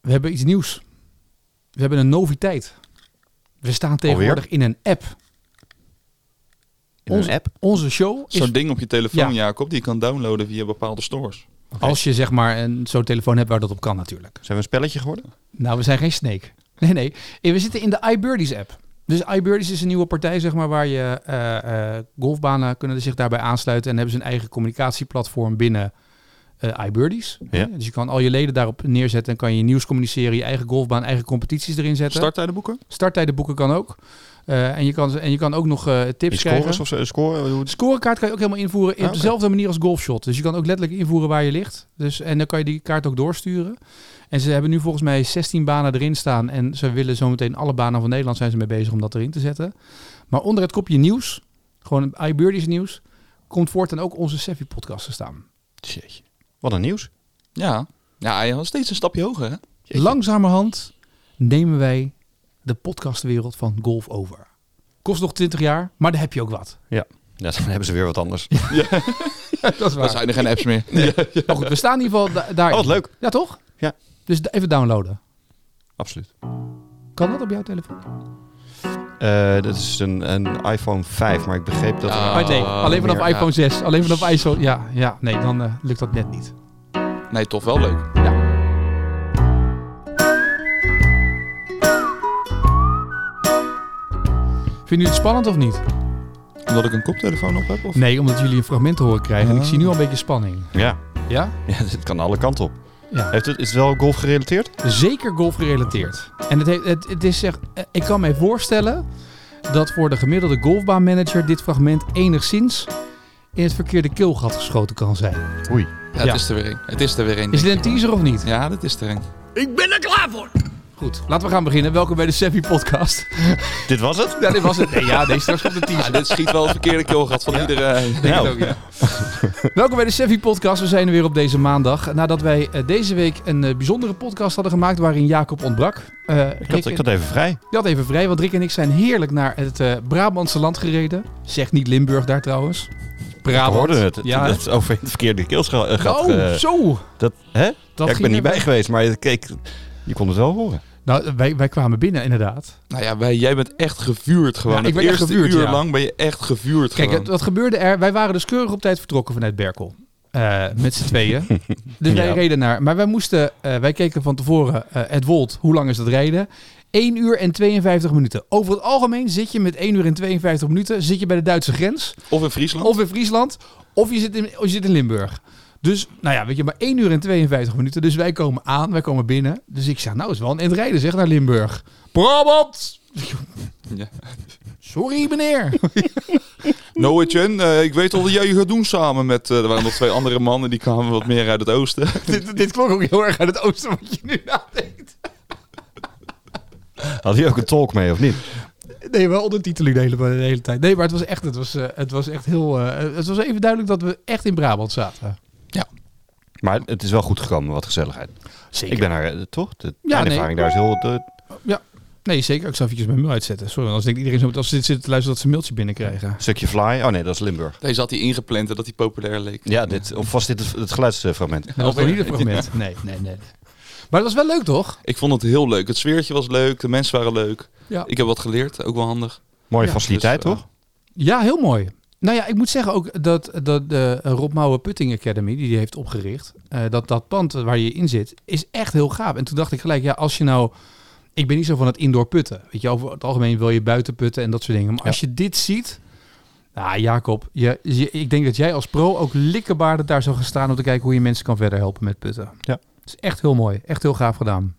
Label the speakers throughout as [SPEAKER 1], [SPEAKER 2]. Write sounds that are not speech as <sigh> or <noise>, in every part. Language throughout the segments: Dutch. [SPEAKER 1] We hebben iets nieuws. We hebben een noviteit. We staan tegenwoordig in een app.
[SPEAKER 2] In een
[SPEAKER 1] onze,
[SPEAKER 2] app?
[SPEAKER 1] Onze show is,
[SPEAKER 3] Zo'n ding op je telefoon,
[SPEAKER 1] Ja.
[SPEAKER 3] Jacob, die je kan downloaden via bepaalde stores.
[SPEAKER 1] als je zeg maar een- zo'n telefoon hebt waar dat op kan natuurlijk.
[SPEAKER 2] Zijn we een spelletje geworden?
[SPEAKER 1] Nou, we zijn geen snake. <laughs> Nee, nee. Eh, We zitten in de iBirdies app. Dus iBirdies is een nieuwe partij, zeg maar, waar je eh, eh, golfbanen kunnen zich daarbij aansluiten. En hebben ze een eigen communicatieplatform binnen eh iBirdies.
[SPEAKER 2] Ja.
[SPEAKER 1] Dus je kan al je leden daarop neerzetten en kan je nieuws communiceren, je eigen golfbaan, eigen competities erin zetten.
[SPEAKER 3] Starttijden boeken?
[SPEAKER 1] Starttijden boeken kan ook. Eh, en, je kan, en je kan ook nog eh,
[SPEAKER 2] Die
[SPEAKER 1] tips
[SPEAKER 2] scores
[SPEAKER 1] krijgen.
[SPEAKER 2] of zo? Scoren? Hoe-
[SPEAKER 1] De scorekaart kan je ook helemaal invoeren
[SPEAKER 2] Ah,
[SPEAKER 1] op
[SPEAKER 2] oké.
[SPEAKER 1] dezelfde manier als golfshot. Dus je kan ook letterlijk invoeren waar je ligt. Dus, en dan kan je die kaart ook doorsturen. En ze hebben nu volgens mij 16 banen erin staan. En ze willen zometeen alle banen van Nederland zijn ze mee bezig om dat erin te zetten. Maar onder het kopje nieuws, gewoon iBirdies nieuws, komt voortaan ook onze Seffi podcast te staan.
[SPEAKER 2] Jeetje. Wat een nieuws.
[SPEAKER 3] Ja. Ja, hij was steeds een stapje hoger, hè?
[SPEAKER 2] Jeetje.
[SPEAKER 1] Langzamerhand nemen wij de podcastwereld van golf over. Kost nog 20 jaar, maar daar heb je ook
[SPEAKER 2] <laughs>
[SPEAKER 1] wat.
[SPEAKER 2] Ja, dan hebben ze weer wat anders.
[SPEAKER 1] dat is
[SPEAKER 3] Dat zijn er geen apps
[SPEAKER 1] <laughs>
[SPEAKER 3] meer.
[SPEAKER 1] Maar Nou goed, we staan in ieder geval da- daar.
[SPEAKER 2] Oh, wat leuk.
[SPEAKER 1] Ja, toch?
[SPEAKER 2] Ja.
[SPEAKER 1] Dus d- even downloaden.
[SPEAKER 2] Absoluut.
[SPEAKER 1] Kan dat op jouw telefoon?
[SPEAKER 3] Oh,
[SPEAKER 2] Eh, dat is een, een iPhone 5, maar ik begreep dat... er-
[SPEAKER 3] Ah,
[SPEAKER 1] Oh, nee, alleen vanaf
[SPEAKER 2] meer,
[SPEAKER 1] iPhone 6. Alleen vanaf iPhone... Ja, ja nee, dan eh, lukt dat net niet.
[SPEAKER 3] Nee, toch wel leuk.
[SPEAKER 1] Vinden jullie het spannend of niet?
[SPEAKER 3] Omdat ik een koptelefoon op heb? Of?
[SPEAKER 1] Nee, omdat jullie een fragment te horen krijgen. En ik zie nu al een beetje spanning.
[SPEAKER 2] Ja.
[SPEAKER 1] Ah. Ja?
[SPEAKER 2] ja, dit kan alle kanten op.
[SPEAKER 1] Ja.
[SPEAKER 2] Heeft het, is het wel golf gerelateerd?
[SPEAKER 1] Zeker golf gerelateerd. En het, heeft, het, het is echt... eh, Ik kan mij voorstellen dat voor de gemiddelde golfbaanmanager dit fragment enigszins in het verkeerde keelgat geschoten kan zijn.
[SPEAKER 2] Oei.
[SPEAKER 3] Ja, het
[SPEAKER 1] Ja.
[SPEAKER 3] is er weer een. Het is er weer een.
[SPEAKER 1] Is dit
[SPEAKER 3] denk
[SPEAKER 1] een teaser of niet?
[SPEAKER 3] ik. Ja, dit is er een.
[SPEAKER 1] Goed, laten we gaan beginnen. Welkom bij de Seppi podcast.
[SPEAKER 2] Dit was het?
[SPEAKER 1] Ja, dit was het. Nee, ja, nee, straks komt de teaser.
[SPEAKER 3] Ja, dit schiet wel het verkeerde keelgat van iedereen.
[SPEAKER 1] Denk
[SPEAKER 2] Nou.
[SPEAKER 1] het ook, ja. Welkom bij de Sevi Podcast. We zijn er weer op deze maandag. Nadat wij eh, deze week een eh, bijzondere podcast hadden gemaakt waarin Jacob ontbrak. Eh,
[SPEAKER 2] Ik
[SPEAKER 1] Rick-
[SPEAKER 2] had, ik had even vrij.
[SPEAKER 1] die had even vrij, want Rick en ik zijn heerlijk naar het eh, Brabantse land gereden. Zeg niet Limburg daar trouwens.
[SPEAKER 2] Ik
[SPEAKER 1] Brabant.
[SPEAKER 2] hoorde het.
[SPEAKER 1] Ja.
[SPEAKER 2] Dat is over het verkeerde keelsgat. gaat.
[SPEAKER 1] oh, zo.
[SPEAKER 2] dat, hè?
[SPEAKER 1] Dat
[SPEAKER 2] ja, eh, ik
[SPEAKER 1] ging
[SPEAKER 2] ben niet
[SPEAKER 1] er-
[SPEAKER 2] bij geweest, maar ik, ik- je kon het wel horen.
[SPEAKER 1] Nou, wij, wij kwamen binnen inderdaad.
[SPEAKER 3] Nou ja, wij, jij bent echt gevuurd gewoon.
[SPEAKER 1] Ja, ik
[SPEAKER 3] het
[SPEAKER 1] ben echt
[SPEAKER 3] eerste
[SPEAKER 1] gevuurd,
[SPEAKER 3] uur
[SPEAKER 1] ja.
[SPEAKER 3] lang ben je echt gevuurd
[SPEAKER 1] Kijk,
[SPEAKER 3] gewoon.
[SPEAKER 1] het, wat gebeurde er? Wij waren dus keurig op tijd vertrokken vanuit Berkel. Eh, met z'n <laughs> tweeën. dus wij
[SPEAKER 2] Ja.
[SPEAKER 1] reden naar. Maar wij moesten, eh, wij keken van tevoren, eh, het Wold, hoe lang is dat rijden? 1 uur en 52 minuten. Over het algemeen zit je met 1 uur en 52 minuten zit je bij de Duitse grens.
[SPEAKER 3] Of in Friesland.
[SPEAKER 1] Of in Friesland. Of je zit in, of je zit in Limburg. Dus, nou ja, weet je, maar 1 uur en 52 minuten. Dus wij komen aan, wij komen binnen. Dus ik zeg, nou is wel een end rijden zeg, naar Limburg. Brabant!
[SPEAKER 3] Ja.
[SPEAKER 1] Sorry, meneer.
[SPEAKER 3] Noah Chen, eh, ik weet al dat jij je gaat doen samen met... eh, er waren nog twee andere mannen, die kwamen wat meer uit het oosten.
[SPEAKER 1] <laughs> dit, dit klonk ook heel erg uit het oosten wat je nu nadenkt.
[SPEAKER 2] Had hij ook een tolk mee, of niet?
[SPEAKER 1] Nee, wel ondertiteling de hele, de hele tijd. Nee, maar het was echt, het was, eh, het was echt heel... eh, het was even duidelijk dat we echt in Brabant zaten.
[SPEAKER 2] Maar het is wel goed gekomen, wat gezelligheid.
[SPEAKER 1] Zeker.
[SPEAKER 2] Ik ben daar, eh, toch? De
[SPEAKER 1] Ja,
[SPEAKER 2] mijn ervaring daar is heel... de-
[SPEAKER 1] Nee, zeker. Ik zal eventjes mijn mail uitzetten. Sorry, want anders denkt iedereen zo... Als ze dit zitten te luisteren dat ze een mailtje binnenkrijgen.
[SPEAKER 2] stukje fly. Oh nee, dat is Limburg.
[SPEAKER 3] Deze had hij ingepland dat hij populair leek.
[SPEAKER 2] Ja, dit, of was dit het, het geluidsfragment?
[SPEAKER 1] Dat was toch niet het <laughs> fragment? Nee, nee, nee. Maar het was wel leuk, toch?
[SPEAKER 3] Ik vond het heel leuk. Het sfeertje was leuk, de mensen waren leuk.
[SPEAKER 1] Ja.
[SPEAKER 3] Ik heb wat geleerd, ook wel handig.
[SPEAKER 2] Mooie
[SPEAKER 1] Ja,
[SPEAKER 2] faciliteit,
[SPEAKER 3] dus, eh,
[SPEAKER 2] toch?
[SPEAKER 1] Ja, heel mooi. Nou ja, ik moet zeggen ook dat, dat de Rob Mouwen Putting Academy, die die heeft opgericht, eh, dat dat pand waar je in zit, is echt heel gaaf. En toen dacht ik gelijk, ja, als je nou... Ik ben niet zo van het indoor putten. Weet je, over het algemeen wil je buiten putten en dat soort dingen. Maar als je dit ziet... Nou, Jacob, je, je- ik denk dat jij als pro ook likkebaarden daar zou gaan staan om te kijken hoe je mensen kan verder helpen met putten.
[SPEAKER 2] Ja.
[SPEAKER 1] Het is echt heel mooi. Echt heel gaaf gedaan.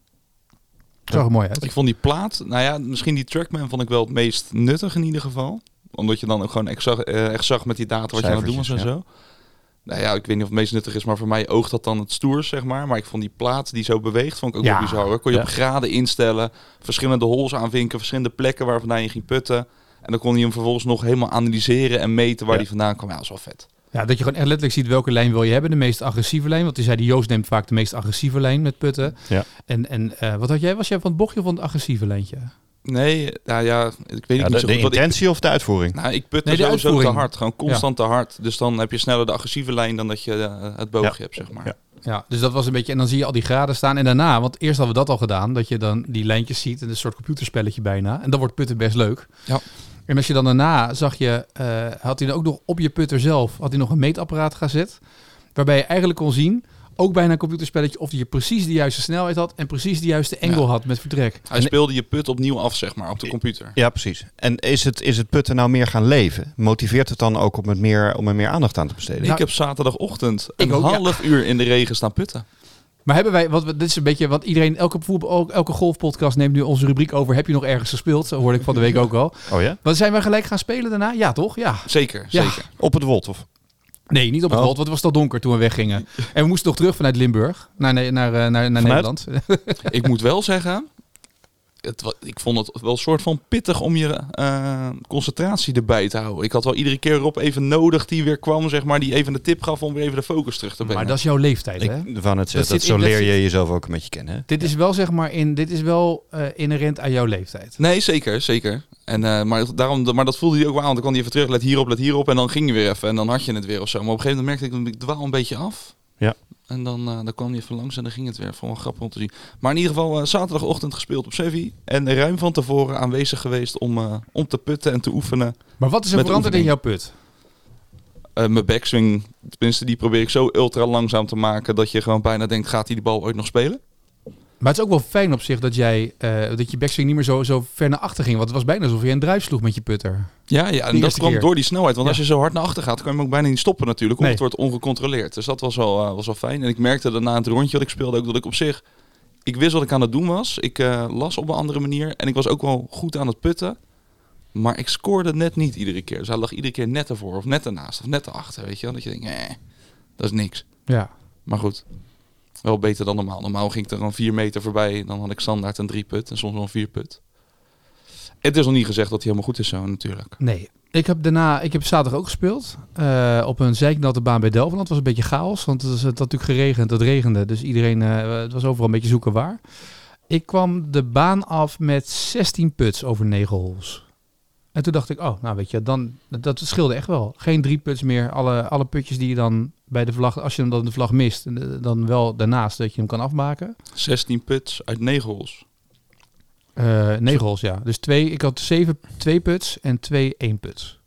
[SPEAKER 1] Zag er mooi uit.
[SPEAKER 3] Ik vond die plaat, nou ja, misschien die Trackman vond ik wel het meest nuttig in ieder geval. Omdat je dan ook gewoon echt zag, eh, echt zag met die data wat je aan het doen was en
[SPEAKER 2] Cijfertjes,
[SPEAKER 3] zo. Nou ja, ik weet niet of het meest nuttig is, maar voor mij oogt dat dan het stoers, zeg maar. Maar ik vond die plaat die zo beweegt, vond ik ook
[SPEAKER 1] Ja.
[SPEAKER 3] wel bizar. Hoor. Kon je
[SPEAKER 2] Ja.
[SPEAKER 3] op graden instellen, verschillende holes aanvinken, verschillende plekken waar vandaan je ging putten. En dan kon je hem vervolgens nog helemaal analyseren en meten waar
[SPEAKER 2] Ja.
[SPEAKER 3] die vandaan kwam. Ja, dat is wel vet.
[SPEAKER 1] Ja, dat je gewoon echt letterlijk ziet welke lijn wil je hebben. De meest agressieve lijn. Want die zei, die Joost neemt vaak de meest agressieve lijn met putten.
[SPEAKER 2] Ja.
[SPEAKER 1] En, en eh, wat had jij? Was jij van het bochtje of van het agressieve lijntje?
[SPEAKER 3] Nee, nou ja, ik
[SPEAKER 2] Ja,
[SPEAKER 3] weet het niet
[SPEAKER 2] de,
[SPEAKER 3] zo
[SPEAKER 2] de
[SPEAKER 3] goed. want ik-
[SPEAKER 2] intentie of de uitvoering?
[SPEAKER 3] Nou, ik putte
[SPEAKER 1] Nee, de
[SPEAKER 3] sowieso te
[SPEAKER 1] uitvoering.
[SPEAKER 3] hard. Gewoon constant te hard. Dus dan heb je sneller de agressieve lijn dan dat je eh, het boogje hebt, zeg maar.
[SPEAKER 2] Ja.
[SPEAKER 1] Ja, dus dat was een beetje. En dan zie je al die graden staan. En daarna, want eerst hadden we dat al gedaan, dat je dan die lijntjes ziet en een soort computerspelletje bijna. En dan wordt putten best leuk.
[SPEAKER 3] Ja.
[SPEAKER 1] En als je dan daarna zag je, eh, had hij dan ook nog op je putter zelf, had hij nog een meetapparaat gezet. Waarbij je eigenlijk kon zien, ook bijna een computerspelletje, of je precies de juiste snelheid had en precies de juiste angle
[SPEAKER 3] Ja.
[SPEAKER 1] had met vertrek.
[SPEAKER 3] Hij speelde je put opnieuw af, zeg maar, op de computer.
[SPEAKER 2] Ja, precies. En is het, is het putten nou meer gaan leven? Motiveert het dan ook om, het meer, om er meer aandacht aan te besteden?
[SPEAKER 1] Ja.
[SPEAKER 3] Ik heb zaterdagochtend
[SPEAKER 1] Nou- Ik
[SPEAKER 3] een
[SPEAKER 1] ook, ja.
[SPEAKER 3] half uur in de regen staan putten.
[SPEAKER 1] Maar hebben wij, wat, we- dit is een beetje, want iedereen, elke, voetbal, ook elke golfpodcast neemt nu onze rubriek over, heb je nog ergens gespeeld? Zo hoorde ik van de week ook al.
[SPEAKER 2] Oh ja?
[SPEAKER 1] Wat zijn wij gelijk gaan spelen daarna? Ja, toch? Ja.
[SPEAKER 3] Zeker,
[SPEAKER 1] Ja.
[SPEAKER 3] zeker.
[SPEAKER 2] Op het Wot, of?
[SPEAKER 1] Nee, niet op het
[SPEAKER 2] Oh.
[SPEAKER 1] Wald, want het was al donker toen we weggingen. En we moesten nog terug vanuit Limburg naar, ne- naar, eh, naar, naar, Nederland.
[SPEAKER 3] ik moet wel zeggen, het, wa- ik vond het wel een soort van pittig om je eh, concentratie erbij te houden. Ik had wel iedere keer Rob even nodig die weer kwam, zeg maar, die even de tip gaf om weer even de focus terug te brengen.
[SPEAKER 1] Maar dat is jouw leeftijd, hè?
[SPEAKER 2] Ik van het
[SPEAKER 1] zit
[SPEAKER 2] zeggen, dat
[SPEAKER 1] in-
[SPEAKER 2] zo
[SPEAKER 1] dat
[SPEAKER 2] leer
[SPEAKER 1] zit-
[SPEAKER 2] je jezelf ook een beetje kennen. Hè?
[SPEAKER 1] Dit is wel, zeg maar, in, dit is wel eh, inherent aan jouw leeftijd.
[SPEAKER 3] Nee, zeker, zeker. En, eh, maar, daarom, maar dat voelde hij ook wel aan. Dan kwam hij even terug, let hierop, let hierop. En dan ging je weer even en dan had je het weer of zo. Maar op een gegeven moment merkte ik, ik dwaal een beetje af.
[SPEAKER 2] Ja.
[SPEAKER 3] En dan, eh, dan kwam hij even langs en dan ging het weer. Vond ik wel grappig om te zien. Maar in ieder geval eh, zaterdagochtend gespeeld op Sevi. En ruim van tevoren aanwezig geweest om, eh, om te putten en te oefenen.
[SPEAKER 1] Maar wat is er
[SPEAKER 3] Met de
[SPEAKER 1] veranderd in jouw
[SPEAKER 3] oefening.
[SPEAKER 1] put?
[SPEAKER 3] Eh, mijn backswing, tenminste die probeer ik zo ultra langzaam te maken... dat je gewoon bijna denkt, gaat hij die bal ooit nog spelen?
[SPEAKER 1] Maar het is ook wel fijn op zich dat jij eh, dat je backswing niet meer zo, zo ver naar achter ging. Want het was bijna alsof je een drijf sloeg met je putter.
[SPEAKER 3] Ja, ja en dat
[SPEAKER 1] eerste
[SPEAKER 3] kwam
[SPEAKER 1] keer.
[SPEAKER 3] door die snelheid. Want
[SPEAKER 1] Ja.
[SPEAKER 3] als je zo hard naar achter gaat, kan je hem ook bijna niet stoppen natuurlijk. Want
[SPEAKER 1] Nee.
[SPEAKER 3] het wordt ongecontroleerd. Dus dat was wel, eh, was wel fijn. En ik merkte daarna het rondje dat ik speelde ook dat ik op zich... Ik wist wat ik aan het doen was. Ik eh, las op een andere manier. En ik was ook wel goed aan het putten. Maar ik scoorde net niet iedere keer. Dus hij lag iedere keer net ervoor of net ernaast of net erachter. Weet je wel? Dat je denkt, eh, dat is niks.
[SPEAKER 1] Ja.
[SPEAKER 3] Maar goed, wel beter dan normaal. Normaal ging ik er dan vier meter voorbij. Dan had ik standaard een drie put en soms wel een vier put. Het is nog niet gezegd dat hij helemaal goed is zo natuurlijk.
[SPEAKER 1] Nee. Ik heb daarna, ik heb zaterdag ook gespeeld. eh, op een zeiknatte baan bij Delftland. Het was een beetje chaos, want het, is- het had natuurlijk geregend. Het regende, dus iedereen, eh, het was overal een beetje zoeken waar. Ik kwam de baan af met 16 puts over 9 holes. En toen dacht ik, oh, nou weet je, dan, dat scheelde echt wel. Geen drie puts meer. Alle, alle putjes die je dan bij de vlag, als je hem dan de vlag mist, eh, dan wel daarnaast dat je hem kan afmaken.
[SPEAKER 3] 16 puts uit 9 holes.
[SPEAKER 1] Eh 9 holes, ja. Dus twee, ik had zeven, twee puts en twee één puts.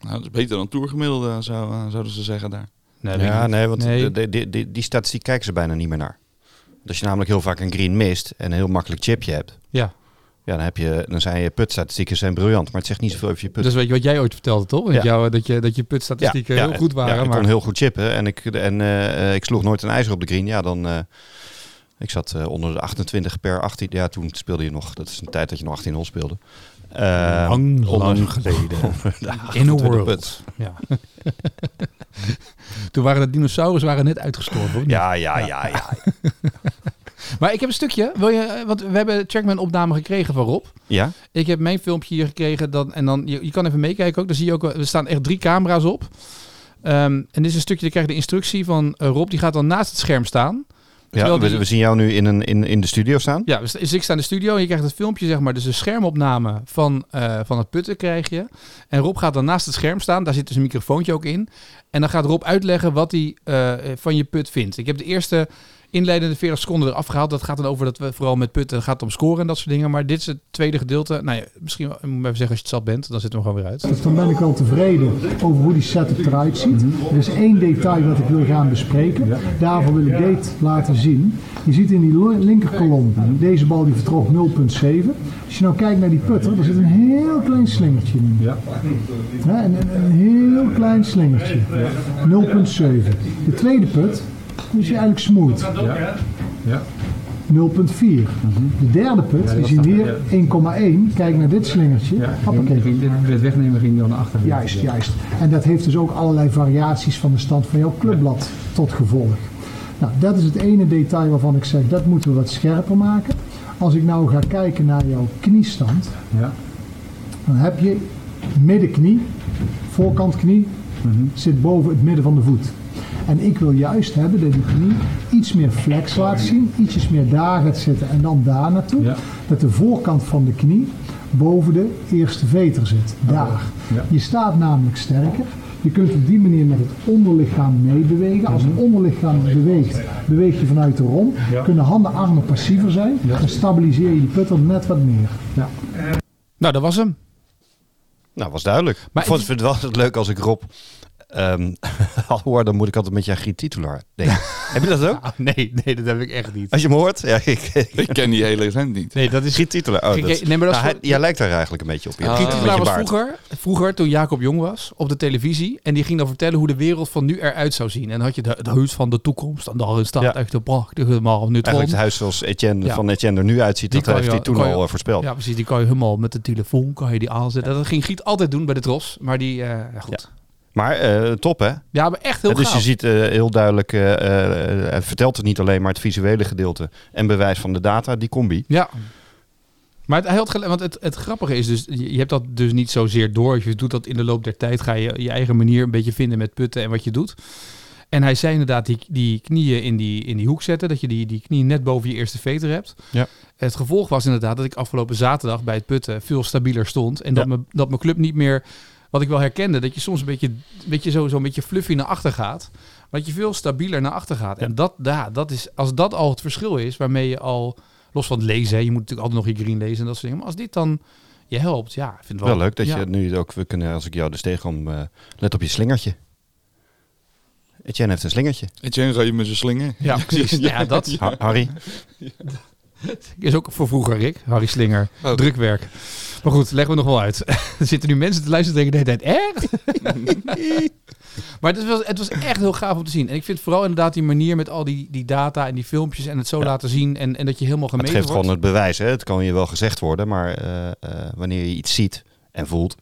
[SPEAKER 3] Nou, dat is beter dan tourgemiddelde, zou, eh, zouden ze zeggen daar.
[SPEAKER 1] Nee, weet ik
[SPEAKER 2] Ja,
[SPEAKER 1] niet.
[SPEAKER 2] nee, want
[SPEAKER 1] Nee.
[SPEAKER 2] de- de- de- die statistiek kijken ze bijna niet meer naar. Want Als je namelijk heel vaak een green mist en een heel makkelijk chipje hebt,
[SPEAKER 1] Ja.
[SPEAKER 2] ja, dan, heb je, dan zijn je putstatistieken zijn briljant, maar het zegt niet zoveel over je put.
[SPEAKER 1] Dus weet je wat jij ooit vertelde, toch? Dat,
[SPEAKER 2] Ja.
[SPEAKER 1] jou, dat, je, dat je putstatistieken
[SPEAKER 2] ja,
[SPEAKER 1] heel goed
[SPEAKER 2] ja,
[SPEAKER 1] waren.
[SPEAKER 2] ik
[SPEAKER 1] maar
[SPEAKER 2] kon heel goed chippen en ik, en, eh, eh, ik sloeg nooit een ijzer op de green. Ja, dan... eh, ik zat eh, onder de 28 per 18. Ja, toen speelde je nog. Dat is een tijd dat je nog 18 hol speelde. Eh,
[SPEAKER 1] Lang,
[SPEAKER 2] onder-
[SPEAKER 1] lang
[SPEAKER 2] <laughs>
[SPEAKER 1] geleden.
[SPEAKER 2] onder de
[SPEAKER 1] in a
[SPEAKER 2] 28
[SPEAKER 1] world.
[SPEAKER 2] puts.
[SPEAKER 1] Ja. <laughs> Toen waren de dinosaurus waren net uitgestorven. of niet?
[SPEAKER 2] Ja, ja,
[SPEAKER 1] <laughs>
[SPEAKER 2] ja, ja.
[SPEAKER 1] Maar ik heb een stukje. Wil je, eh, want we hebben Trackman opname gekregen van Rob.
[SPEAKER 2] Ja?
[SPEAKER 1] Ik heb mijn filmpje hier gekregen. Dan, en dan, je, je kan even meekijken ook. Dan zie je ook, wel- er staan echt drie camera's op. Ehm, en dit is een stukje, dan krijg je de instructie van eh, Rob. Die gaat dan naast het scherm staan.
[SPEAKER 2] ja
[SPEAKER 1] Terwijl
[SPEAKER 2] we,
[SPEAKER 1] die-
[SPEAKER 2] we zien jou nu in, een, in, in de studio staan.
[SPEAKER 1] Ja, dus, dus ik sta in de studio en je krijgt het filmpje, zeg maar. Dus een schermopname van, eh, van het putten krijg je. En Rob gaat dan naast het scherm staan. Daar zit dus een microfoontje ook in. En dan gaat Rob uitleggen wat hij eh, van je put vindt. Ik heb de eerste inleidende 40 seconden eraf gehaald. Dat gaat dan over dat we vooral met putten gaat het om scoren en dat soort dingen. Maar dit is het tweede gedeelte. Nou ja, misschien wel- ik moet maar even zeggen als je het zat bent. Dan zitten we hem gewoon weer uit.
[SPEAKER 4] Dus dan ben ik wel tevreden over hoe die setup eruit ziet. Er is één detail wat ik wil gaan bespreken. Daarvoor wil ik dit laten zien. Je ziet in die lo- linkerkolom, deze bal die vertrok 0,7. Als je nou kijkt naar die putter, er zit een heel klein slingertje in. Hè, een, een- een heel klein slingertje. 0,7. De tweede put die is eigenlijk smooth. 0,4. De derde put, je ziet hier 1,1. Kijk naar dit slingertje. Hoppakee.
[SPEAKER 5] Ging, dit, dit wegnemen ging dan naar achteren.
[SPEAKER 4] Juist, juist. En dat heeft dus ook allerlei variaties van de stand van jouw clubblad tot gevolg. Nou, dat is het ene detail waarvan ik zeg, dat moeten we wat scherper maken. Als ik nou ga kijken naar jouw kniestand,
[SPEAKER 5] Ja.
[SPEAKER 4] dan heb je middenknie, voorkant knie,
[SPEAKER 5] Mhm.
[SPEAKER 4] zit boven het midden van de voet. En ik wil juist hebben dat die knie iets meer flex laat zien, ietsjes meer daar gaat zitten en dan daar naartoe.
[SPEAKER 5] Ja.
[SPEAKER 4] Dat de voorkant van de knie boven de eerste veter zit. Daar.
[SPEAKER 5] Ja.
[SPEAKER 4] Je staat namelijk sterker. Je kunt op die manier met het onderlichaam meebewegen. Als het
[SPEAKER 5] Mhm.
[SPEAKER 4] onderlichaam beweegt, beweeg je vanuit de romp.
[SPEAKER 5] Ja.
[SPEAKER 4] Kunnen handen, armen passiever zijn.
[SPEAKER 5] Ja.
[SPEAKER 4] Dan stabiliseer je die putter net wat meer. Ja.
[SPEAKER 1] Nou, dat was hem.
[SPEAKER 2] Nou, was duidelijk.
[SPEAKER 1] Maar
[SPEAKER 2] Maar ik vond
[SPEAKER 1] ik-
[SPEAKER 2] het wel <laughs> altijd leuk als ik Rob ehm, <laughs> al hoor, dan moet ik altijd met jou Griet Titulaar
[SPEAKER 1] <laughs>
[SPEAKER 2] denken. Heb je dat ook?
[SPEAKER 1] Ah, nee, nee, dat heb ik echt niet.
[SPEAKER 2] Als je hem hoort? Ja, ik,
[SPEAKER 3] Ik ken die hele vent niet.
[SPEAKER 1] Nee, dat is...
[SPEAKER 2] Griet Titulaar. Oh,
[SPEAKER 1] Kijk,
[SPEAKER 2] dat is-
[SPEAKER 1] nee, maar dat is
[SPEAKER 2] Nou,
[SPEAKER 1] voor-
[SPEAKER 2] hij- jij lijkt daar eigenlijk een beetje op. ja.
[SPEAKER 3] Ah.
[SPEAKER 2] Griet
[SPEAKER 1] Piet
[SPEAKER 3] met
[SPEAKER 1] Titelaar
[SPEAKER 2] je
[SPEAKER 1] was
[SPEAKER 2] baard.
[SPEAKER 1] vroeger, vroeger, toen Jacob jong was, op de televisie. En die ging dan vertellen hoe de wereld van nu eruit zou zien. En dan had je de- het huis van de toekomst. En daar staat
[SPEAKER 2] Ja.
[SPEAKER 1] echt een prachtige man. Nu
[SPEAKER 2] Eigenlijk het huis zoals Etienne,
[SPEAKER 1] Ja.
[SPEAKER 2] van Etienne er nu uitziet,
[SPEAKER 1] Die
[SPEAKER 2] dat
[SPEAKER 1] kan
[SPEAKER 2] heeft
[SPEAKER 1] je-
[SPEAKER 2] hij toen
[SPEAKER 1] kan je-
[SPEAKER 2] al eh, voorspeld.
[SPEAKER 1] Ja, precies. Die kan je helemaal met de telefoon kan je die aanzetten. Dat ging Giet altijd doen bij de Tros. Maar die, eh, ja, goed. Ja.
[SPEAKER 2] Maar eh, top hè?
[SPEAKER 1] maar echt heel
[SPEAKER 2] dus
[SPEAKER 1] gaaf.
[SPEAKER 2] je ziet eh, heel duidelijk, eh, eh, hij vertelt het niet alleen maar het visuele gedeelte en bewijs van de data, die combi.
[SPEAKER 1] Ja. Maar het, hij had gelijk, want het, het grappige is dus, je je hebt dat dus niet zozeer door. Je doet dat in de loop der tijd, ga je je eigen manier een beetje vinden met putten en wat je doet. En hij zei inderdaad die, die knieën in die, in die hoek zetten, dat je die, die knie net boven je eerste veter hebt.
[SPEAKER 2] Ja.
[SPEAKER 1] Het gevolg was inderdaad dat ik afgelopen zaterdag bij het putten veel stabieler stond. En dat,
[SPEAKER 2] Ja.
[SPEAKER 1] mijn, dat mijn club niet meer, wat ik wel herkende, dat je soms een beetje, weet je, zo, zo een beetje fluffy naar achter gaat. Maar dat je veel stabieler naar achter gaat. En dat, ja, dat is, als dat al het verschil is waarmee je al, los van het lezen, hè, je moet natuurlijk altijd nog je green lezen en dat soort dingen. Maar als dit dan je helpt, ja, ik vind het
[SPEAKER 2] Wel
[SPEAKER 1] wel...
[SPEAKER 2] leuk dat
[SPEAKER 1] ja.
[SPEAKER 2] je nu ook, we kunnen, als ik jou dus tegenkom, eh, let op je slingertje. Etienne heeft een slingertje.
[SPEAKER 3] Etienne, ga je met zijn slinger?
[SPEAKER 1] Ja,
[SPEAKER 3] <laughs>
[SPEAKER 1] precies. Nou Ja, dat
[SPEAKER 2] Ha- Harry,
[SPEAKER 1] is ook voor vroeger, Rick. Harry Slinger.
[SPEAKER 3] Oh.
[SPEAKER 1] Drukwerk. Maar goed, leggen we nog wel uit. <laughs> er zitten nu mensen te luisteren en denken de hele tijd, echt? <laughs> maar het was, het was echt heel gaaf om te zien. En ik vind vooral inderdaad die manier met al die, die data en die filmpjes en het zo laten zien. En, en dat je helemaal
[SPEAKER 2] het
[SPEAKER 1] gemeten
[SPEAKER 2] geeft
[SPEAKER 1] wordt.
[SPEAKER 2] gewoon het bewijs. Hè? Het kan je wel gezegd worden, maar eh, eh, wanneer je iets ziet en voelt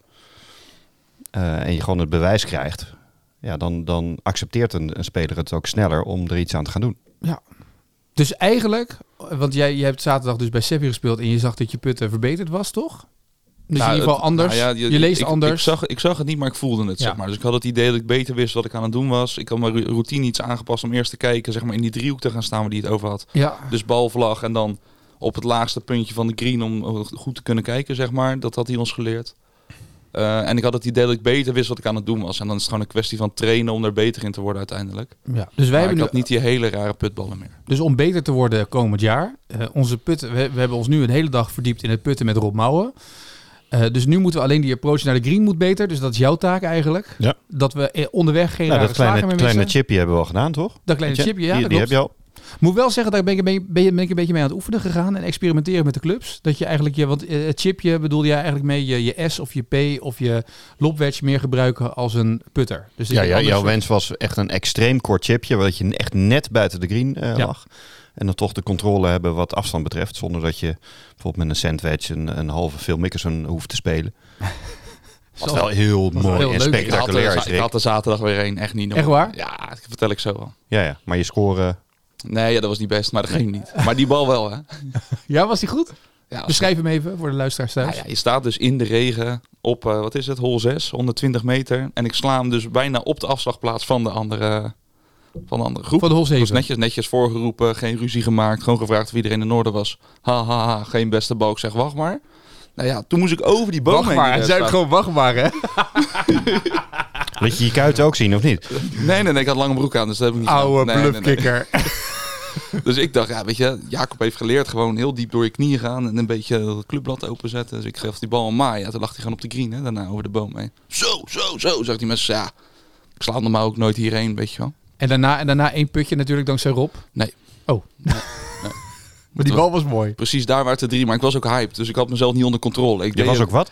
[SPEAKER 2] eh, en je gewoon het bewijs krijgt, ja, dan, dan accepteert een, een speler het ook sneller om er iets aan te gaan doen.
[SPEAKER 1] Dus eigenlijk, want jij, jij hebt zaterdag dus bij Seppi gespeeld en je zag dat je putten verbeterd was, toch? Dus
[SPEAKER 3] Nou,
[SPEAKER 1] in ieder geval
[SPEAKER 3] het-
[SPEAKER 1] anders.
[SPEAKER 3] nou ja,
[SPEAKER 1] je, leest
[SPEAKER 3] ik-
[SPEAKER 1] anders.
[SPEAKER 3] Ik zag, ik zag het niet, maar ik voelde het,
[SPEAKER 1] Ja.
[SPEAKER 3] zeg maar. Dus ik had het idee dat ik beter wist wat ik aan het doen was. Ik had mijn ru- routine iets aangepast om eerst te kijken, zeg maar, in die driehoek te gaan staan waar die het over had.
[SPEAKER 1] ja.
[SPEAKER 3] Dus balvlag en dan op het laagste puntje van de green om eh, goed te kunnen kijken, zeg maar. Dat had hij ons geleerd. Eh, en ik had het idee dat ik beter wist wat ik aan het doen was. En dan is het gewoon een kwestie van trainen om er beter in te worden uiteindelijk.
[SPEAKER 1] ja. Dus wij
[SPEAKER 3] maar ik
[SPEAKER 1] hebben nu
[SPEAKER 3] had niet die hele rare putballen meer.
[SPEAKER 1] Dus om beter te worden komend jaar. eh, onze putten, we, we hebben ons nu een hele dag verdiept in het putten met Rob Mouwen. Eh, dus nu moeten we alleen die approach naar de green moet beter. Dus dat is jouw taak eigenlijk.
[SPEAKER 2] Ja.
[SPEAKER 1] Dat we eh, onderweg geen
[SPEAKER 2] Nou,
[SPEAKER 1] rare
[SPEAKER 2] dat
[SPEAKER 1] slagen
[SPEAKER 2] kleine,
[SPEAKER 1] meer missen.
[SPEAKER 2] kleine chipje hebben we al gedaan, toch?
[SPEAKER 1] dat kleine
[SPEAKER 2] Weet je?
[SPEAKER 1] chipje, ja,
[SPEAKER 2] die,
[SPEAKER 1] dat
[SPEAKER 2] die
[SPEAKER 1] klopt.
[SPEAKER 2] heb je al.
[SPEAKER 1] Moet wel zeggen, daar ben ik, een beetje- ben, ben ik een beetje mee aan het oefenen gegaan en experimenteren met de clubs. Dat je eigenlijk je, want eh, het chipje bedoelde jij eigenlijk mee je, je S of je P of je lobwedge meer gebruiken als een putter. Dus dat
[SPEAKER 2] Ja,
[SPEAKER 1] je
[SPEAKER 2] ja
[SPEAKER 1] anders
[SPEAKER 2] jouw
[SPEAKER 1] soort-
[SPEAKER 2] wens was echt een extreem kort chipje, wat je echt net buiten de green eh,
[SPEAKER 1] Ja.
[SPEAKER 2] lag. En dan toch de controle hebben wat afstand betreft, zonder dat je bijvoorbeeld met een sandwich een, een halve Phil Mickelson hoeft te
[SPEAKER 1] <laughs>
[SPEAKER 2] spelen. Wat
[SPEAKER 1] Zo.
[SPEAKER 2] wel heel mooi
[SPEAKER 1] heel
[SPEAKER 2] en
[SPEAKER 1] leuk eh, is.
[SPEAKER 3] Ik had,
[SPEAKER 2] spectaculair is.
[SPEAKER 3] er, ik had
[SPEAKER 2] Rick.
[SPEAKER 3] er zaterdag weer één, echt niet normaal.
[SPEAKER 1] Echt waar?
[SPEAKER 3] Ja, dat vertel ik zo wel.
[SPEAKER 2] Ja, ja, maar je eh, scoren.
[SPEAKER 3] Nee, ja, dat was niet best, maar dat ging niet. Maar die bal wel, hè?
[SPEAKER 1] Ja, was die goed?
[SPEAKER 3] Ja, als-
[SPEAKER 1] Beschrijf hem even voor de luisteraars
[SPEAKER 3] Nou
[SPEAKER 1] thuis.
[SPEAKER 3] ja, je staat dus in de regen op, eh, wat is het, hol 6, 120 meter. En ik sla hem dus bijna op de afslagplaats van de andere, van de andere groep.
[SPEAKER 1] Van de hol
[SPEAKER 3] Ik was
[SPEAKER 1] 7.
[SPEAKER 3] netjes, netjes voorgeroepen, geen ruzie gemaakt. Gewoon gevraagd of iedereen in orde was. Ha, ha, ha, geen beste bal. Ik zeg, wacht maar. Nou ja, toen moest ik over die boom heen. die daar staat.
[SPEAKER 1] gewoon wachtbaar, hè?
[SPEAKER 2] <laughs> Laat je je kuiten ook zien, of niet?
[SPEAKER 3] Nee, nee, nee, ik had lange broek aan, dus dat heb ik niet
[SPEAKER 1] Oude
[SPEAKER 3] gedaan. Nee, nee, nee.
[SPEAKER 1] bluffkikker.
[SPEAKER 3] Dus ik dacht, ja, weet je, Jacob heeft geleerd gewoon heel diep door je knieën gaan en een beetje het clubblad openzetten. Dus ik gaf die bal aan Maya. Toen lag hij gewoon op de green, hè, daarna over de boom heen. Zo, zo, zo, zag die mensen. Ja, ik sla hem normaal ook nooit hierheen, weet je wel.
[SPEAKER 1] En daarna, en daarna één putje natuurlijk dankzij Rob.
[SPEAKER 3] Nee.
[SPEAKER 1] Oh. <laughs> maar die bal was mooi.
[SPEAKER 3] Precies daar waren het de drie, maar ik was ook hyped. Dus ik had mezelf niet onder controle. Ik
[SPEAKER 2] Je
[SPEAKER 3] deed
[SPEAKER 2] was ook wat?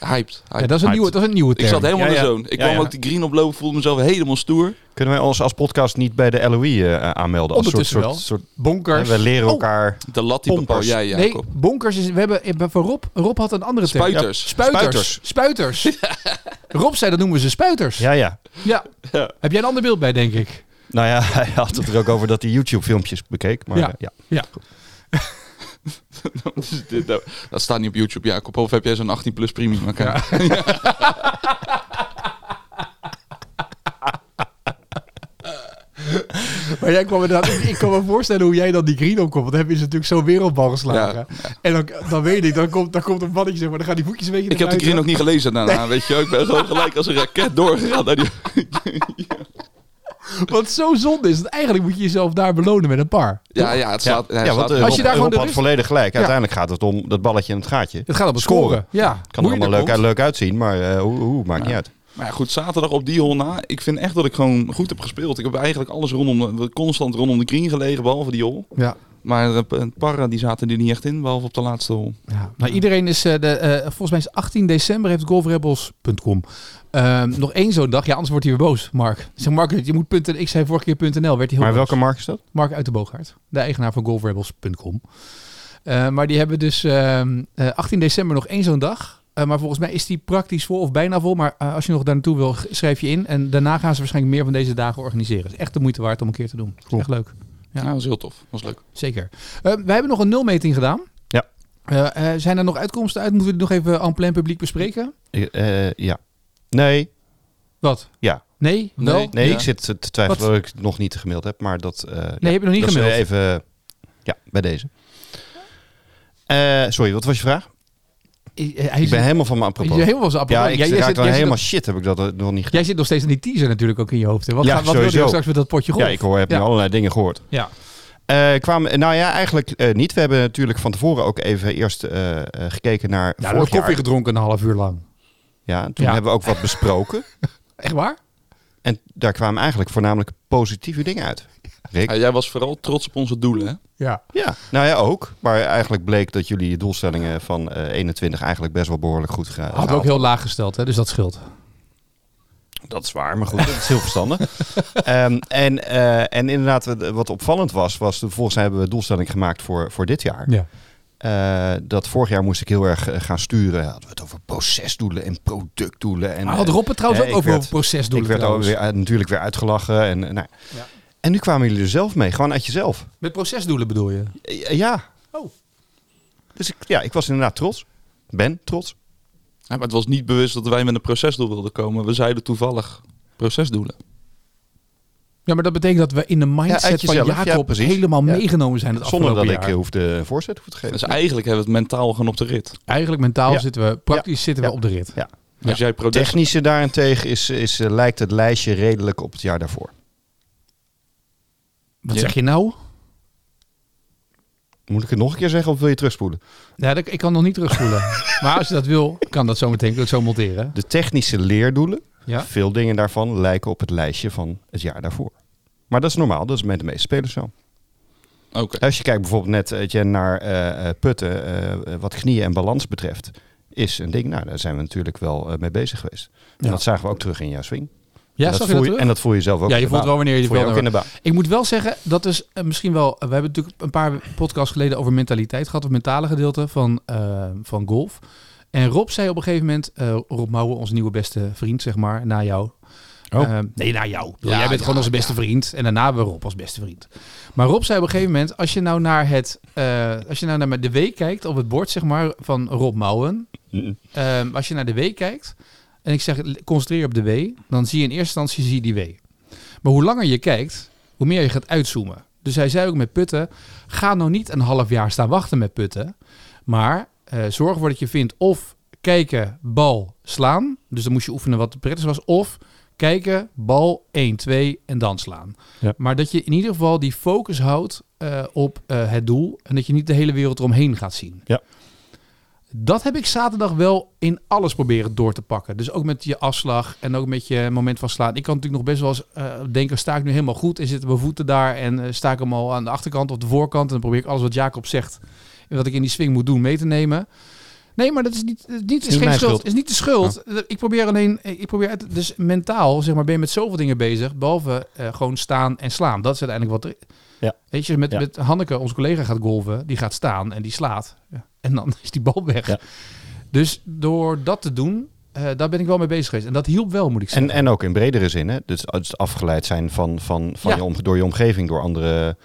[SPEAKER 3] hyped. hyped.
[SPEAKER 1] Ja, dat, is een
[SPEAKER 2] Hyped.
[SPEAKER 1] nieuwe, dat is een nieuwe term.
[SPEAKER 3] ik zat helemaal
[SPEAKER 2] Ja,
[SPEAKER 3] in
[SPEAKER 2] ja.
[SPEAKER 3] de zone. Ik
[SPEAKER 2] Ja,
[SPEAKER 3] kwam
[SPEAKER 2] ja.
[SPEAKER 3] ook die green oplopen, voelde mezelf helemaal stoer.
[SPEAKER 2] Kunnen wij ons als podcast niet bij de LOE eh, aanmelden? Als soort,
[SPEAKER 1] Ondertussen Oh.
[SPEAKER 2] soort, soort,
[SPEAKER 1] Bonkers.
[SPEAKER 2] we leren elkaar.
[SPEAKER 3] De lat die bepaal
[SPEAKER 2] Pompers.
[SPEAKER 3] jij,
[SPEAKER 1] Oh,
[SPEAKER 3] Jacob.
[SPEAKER 1] nee, bonkers is... We hebben eh, voor Rob... Rob had een andere term.
[SPEAKER 3] Spuiters.
[SPEAKER 1] Spuiters. <laughs> Spuiters. Rob zei dat noemen ze spuiters. Ja.
[SPEAKER 2] Ja, ja.
[SPEAKER 3] Ja.
[SPEAKER 1] Heb jij een ander beeld bij, denk ik?
[SPEAKER 2] Nou ja, <laughs> hij had het er ook over dat hij YouTube-filmpjes bekeek. Maar
[SPEAKER 1] Ja.
[SPEAKER 2] eh, ja.
[SPEAKER 1] Ja.
[SPEAKER 3] <laughs> Dus dit, nou, dat staat niet op YouTube, Jacob. Of heb jij zo'n 18 plus premium account?
[SPEAKER 1] Maar jij kwam inderdaad, ik, ik kan me voorstellen hoe jij dan die green opkomt. Want hebben is natuurlijk zo'n wereldbal geslagen. En dan, dan weet ik, dan komt, dan komt een mannetje, zeg maar, dan gaan die voetjes een beetje
[SPEAKER 3] Ik heb de
[SPEAKER 1] eruit,
[SPEAKER 3] green ook niet gelezen daarna, weet je wel. Ik ben gewoon gelijk als een raket doorgegaan naar die...
[SPEAKER 1] Want zo zonde is het. Eigenlijk moet je jezelf daar belonen met een par.
[SPEAKER 3] Ja, ja, het staat...
[SPEAKER 2] ja, want eh,
[SPEAKER 1] Als je daar gewoon
[SPEAKER 2] Rob
[SPEAKER 1] de
[SPEAKER 2] had
[SPEAKER 1] rust-
[SPEAKER 2] volledig gelijk. Uiteindelijk gaat het om dat balletje in het gaatje.
[SPEAKER 1] Het gaat om het
[SPEAKER 2] Scoren.
[SPEAKER 1] scoren. Ja.
[SPEAKER 2] kan er
[SPEAKER 1] Hoe je
[SPEAKER 2] allemaal
[SPEAKER 1] er
[SPEAKER 2] leuk,
[SPEAKER 1] komt.
[SPEAKER 2] uit- leuk uitzien, maar eh, hoe, hoe, maakt niet uit.
[SPEAKER 3] Maar ja, goed, zaterdag op die hol na. Ik vind echt dat ik gewoon goed heb gespeeld. Ik heb eigenlijk alles rondom, de- constant rondom de green gelegen, behalve die hol.
[SPEAKER 1] Ja.
[SPEAKER 3] Maar de p- eh, parra die zaten er niet echt in, behalve op de laatste hol.
[SPEAKER 1] Ja, nou iedereen is, eh, de, eh, volgens mij is 18 december heeft golfrebels.com ehm, nog één zo'n dag. Ja, anders wordt hij weer boos, Mark. Zeg, Mark, je moet punten, ik zei vorige keer .nl, werd hij heel
[SPEAKER 2] Maar
[SPEAKER 1] boos.
[SPEAKER 2] welke markt is dat?
[SPEAKER 1] Mark uit de Boogaard, de eigenaar van golfrebels.com. Eh, maar die hebben dus ehm, eh, 18 december nog één zo'n dag. Eh, maar volgens mij is die praktisch vol of bijna vol. Maar eh, als je nog daar naartoe wil, g- schrijf je in. En daarna gaan ze waarschijnlijk meer van deze dagen organiseren. Het is echt de moeite waard om een keer te doen. Is Echt leuk. Ja.
[SPEAKER 3] Ja, dat was heel tof. was leuk.
[SPEAKER 1] Zeker. Eh, we hebben nog een nulmeting gedaan.
[SPEAKER 2] Ja.
[SPEAKER 1] Eh, eh, zijn er nog uitkomsten uit? Moeten we dit nog even aan plein publiek bespreken?
[SPEAKER 2] Eh, eh, ja. Nee,
[SPEAKER 1] Wat?
[SPEAKER 2] Ja.
[SPEAKER 1] Nee?
[SPEAKER 3] Nee.
[SPEAKER 1] Wel?
[SPEAKER 2] nee
[SPEAKER 3] Ja.
[SPEAKER 2] ik zit te twijfelen
[SPEAKER 1] Wat?
[SPEAKER 2] dat ik het nog niet gemaild heb, maar dat... eh, ja,
[SPEAKER 1] Nee, heb je nog niet
[SPEAKER 2] dat is, eh,
[SPEAKER 1] gemaild?
[SPEAKER 2] even, ja, bij deze. Eh, sorry, wat was je vraag?
[SPEAKER 1] Eh, eh, Hij
[SPEAKER 2] Ik ben
[SPEAKER 1] zit-
[SPEAKER 2] helemaal van mijn
[SPEAKER 1] je
[SPEAKER 2] apropos.
[SPEAKER 1] bent helemaal was appel.
[SPEAKER 2] Ja, ik
[SPEAKER 1] jij,
[SPEAKER 2] raakte
[SPEAKER 1] jij
[SPEAKER 2] wel
[SPEAKER 1] zit, jij,
[SPEAKER 2] helemaal
[SPEAKER 1] zit,
[SPEAKER 2] shit, heb ik dat nog niet gedaan.
[SPEAKER 1] jij zit nog steeds in die teaser natuurlijk ook in je hoofd. Hè? Wat,
[SPEAKER 2] Ja,
[SPEAKER 1] gaat- wat wil je
[SPEAKER 2] sowieso.
[SPEAKER 1] ook straks met dat potje golf?
[SPEAKER 2] Ja, ik hoor, heb
[SPEAKER 1] Ja.
[SPEAKER 2] nu allerlei dingen gehoord.
[SPEAKER 1] Ja.
[SPEAKER 2] Eh, kwamen, nou ja, eigenlijk eh, niet. We hebben natuurlijk van tevoren ook even eerst eh, eh, gekeken naar
[SPEAKER 1] Ja, we
[SPEAKER 2] vorig
[SPEAKER 1] hebben koffie
[SPEAKER 2] jaar.
[SPEAKER 1] gedronken een half uur lang.
[SPEAKER 2] Ja, en toen
[SPEAKER 1] Ja.
[SPEAKER 2] hebben we ook wat
[SPEAKER 1] <laughs>
[SPEAKER 2] besproken.
[SPEAKER 1] Echt waar?
[SPEAKER 2] En daar kwamen eigenlijk voornamelijk positieve dingen uit. Rick?
[SPEAKER 3] Ja, jij was vooral trots op onze doelen, hè?
[SPEAKER 1] Ja.
[SPEAKER 2] Ja, nou ja, ook. Maar eigenlijk bleek dat jullie je doelstellingen van eh, 21 eigenlijk best wel behoorlijk goed gera- gehaald
[SPEAKER 1] Hadden we ook heel laag gesteld, hè? dus dat scheelt.
[SPEAKER 2] Dat is waar, maar goed, dat is heel verstandig.
[SPEAKER 1] <laughs>
[SPEAKER 2] Ehm, en, eh, en inderdaad, wat- wat opvallend was, was de- volgens mij hebben we een doelstelling gemaakt voor, voor dit jaar.
[SPEAKER 1] Ja.
[SPEAKER 2] Eh, dat vorig jaar moest ik heel erg eh, gaan sturen. Hadden we het over procesdoelen en productdoelen. En,
[SPEAKER 1] Ah, had Rob het trouwens
[SPEAKER 2] eh,
[SPEAKER 1] ook
[SPEAKER 2] ik
[SPEAKER 1] over
[SPEAKER 2] werd-
[SPEAKER 1] procesdoelen
[SPEAKER 2] Ik werd
[SPEAKER 1] trouwens?
[SPEAKER 2] alweer, eh, natuurlijk weer uitgelachen. En, eh, nou.
[SPEAKER 1] Ja.
[SPEAKER 2] en nu kwamen jullie er zelf mee, gewoon uit jezelf.
[SPEAKER 1] Met procesdoelen bedoel je?
[SPEAKER 2] Eh, ja.
[SPEAKER 1] Oh.
[SPEAKER 2] Dus ik, ja, ik was inderdaad trots. Ben trots.
[SPEAKER 3] Ja, maar het was niet bewust dat wij met een procesdoel wilden komen. We zeiden toevallig procesdoelen.
[SPEAKER 1] Ja, maar dat betekent dat we in de
[SPEAKER 2] Ja,
[SPEAKER 1] mindset
[SPEAKER 2] uit jezelf. Ja,
[SPEAKER 1] van Jacob
[SPEAKER 2] precies.
[SPEAKER 1] helemaal
[SPEAKER 2] Ja.
[SPEAKER 1] meegenomen zijn het
[SPEAKER 2] Zonder dat
[SPEAKER 1] afgelopen
[SPEAKER 2] ik
[SPEAKER 1] jaar.
[SPEAKER 2] eh, hoefde een voorzet hoefde te geven.
[SPEAKER 3] Dus eigenlijk hebben we het mentaal gewoon op de rit.
[SPEAKER 1] Eigenlijk mentaal
[SPEAKER 2] Ja.
[SPEAKER 1] zitten we, praktisch
[SPEAKER 2] Ja.
[SPEAKER 1] zitten we
[SPEAKER 2] Ja.
[SPEAKER 1] op de rit.
[SPEAKER 2] ja.
[SPEAKER 1] Ja.
[SPEAKER 3] Als jij proces...
[SPEAKER 2] Technische daarentegen is, is, eh, lijkt het lijstje redelijk op het jaar daarvoor.
[SPEAKER 1] Wat
[SPEAKER 3] Ja.
[SPEAKER 1] zeg je nou?
[SPEAKER 2] Moet ik het nog een keer zeggen of wil je terugspoelen?
[SPEAKER 1] Ja, dat- ik kan nog niet <laughs> terugspoelen. maar als je dat wil, kan dat zo meteen ook zo monteren.
[SPEAKER 2] De technische leerdoelen,
[SPEAKER 1] Ja.
[SPEAKER 2] veel dingen daarvan lijken op het lijstje van het jaar daarvoor. Maar dat is normaal, dat is met de meeste spelers zo.
[SPEAKER 3] Oké.
[SPEAKER 2] Als je kijkt bijvoorbeeld net Etienne, naar eh, eh, putten, eh, wat knieën en balans betreft, is een ding. Nou, daar zijn we natuurlijk wel eh, mee bezig geweest. En
[SPEAKER 1] Ja.
[SPEAKER 2] dat zagen we ook terug in jouw swing.
[SPEAKER 1] Ja,
[SPEAKER 2] en,
[SPEAKER 1] zag je
[SPEAKER 2] dat
[SPEAKER 1] dat
[SPEAKER 2] voel je,
[SPEAKER 1] terug?
[SPEAKER 2] en dat voel je zelf ook.
[SPEAKER 1] Ja, je
[SPEAKER 2] in de
[SPEAKER 1] voelt
[SPEAKER 2] baan.
[SPEAKER 1] wel wanneer je er
[SPEAKER 2] voel je
[SPEAKER 1] wel
[SPEAKER 2] ook in de baan.
[SPEAKER 1] Ik moet wel zeggen, dat is eh, misschien wel... We hebben natuurlijk een paar podcasts geleden over mentaliteit gehad. Het mentale gedeelte van, eh, van golf. En Rob zei op een gegeven moment... eh, Rob Mouwen, onze nieuwe beste vriend, zeg maar, na jou.
[SPEAKER 2] Oh.
[SPEAKER 1] Eh, nee, na jou. Ik bedoel,
[SPEAKER 3] Ja,
[SPEAKER 1] Jij bent
[SPEAKER 3] ja,
[SPEAKER 1] gewoon onze beste vriend. En daarna hebben we Rob als beste vriend. Maar Rob zei op een gegeven moment... Als je nou naar, het, eh, als je nou naar de week kijkt op het bord zeg maar, van Rob Mouwen...
[SPEAKER 3] Mm-hmm.
[SPEAKER 2] Mm.
[SPEAKER 1] Ehm, als je naar de W kijkt, en ik zeg concentreer je op de W, dan zie je in eerste instantie zie je die W. Maar hoe langer je kijkt, hoe meer je gaat uitzoomen. Dus hij zei ook met putten, ga nou niet een half jaar staan wachten met putten. Maar eh, zorg ervoor dat je vindt of kijken, bal, slaan. Dus dan moest je oefenen wat de prettig was. Of kijken, bal, 1, 2 en dan slaan.
[SPEAKER 2] Ja.
[SPEAKER 1] Maar dat je in ieder geval die focus houdt eh, op eh, het doel. En dat je niet de hele wereld eromheen gaat zien.
[SPEAKER 2] Ja.
[SPEAKER 1] Dat heb ik zaterdag wel in alles proberen door te pakken. Dus ook met je afslag en ook met je moment van slaan. Ik kan natuurlijk nog best wel eens eh, denken, sta ik nu helemaal goed? En zitten mijn voeten daar en eh, sta ik hem al aan de achterkant of de voorkant? En dan probeer ik alles wat Jacob zegt en wat ik in die swing moet doen mee te nemen. Nee, maar dat is niet, het niet, is
[SPEAKER 2] niet
[SPEAKER 1] geen
[SPEAKER 2] mijn
[SPEAKER 1] schuld.
[SPEAKER 2] schuld.
[SPEAKER 1] is niet de schuld. Eh, Ik probeer alleen, ik probeer uit, dus mentaal zeg maar, ben je met zoveel dingen bezig. Behalve eh, gewoon staan en slaan. Dat is uiteindelijk wat er
[SPEAKER 2] Ja.
[SPEAKER 1] Weet je, met,
[SPEAKER 2] Ja.
[SPEAKER 1] met Hanneke, onze collega, gaat golven. Die gaat staan en die slaat. Ja. En dan <laughs> is die bal weg.
[SPEAKER 2] Ja.
[SPEAKER 1] Dus door dat te doen, eh, daar ben ik wel mee bezig geweest. En dat hielp wel, moet ik zeggen.
[SPEAKER 2] En, en ook in bredere zin, hè? Dus het afgeleid zijn van, van, van
[SPEAKER 1] Ja.
[SPEAKER 2] je omge- door je omgeving, door, andere,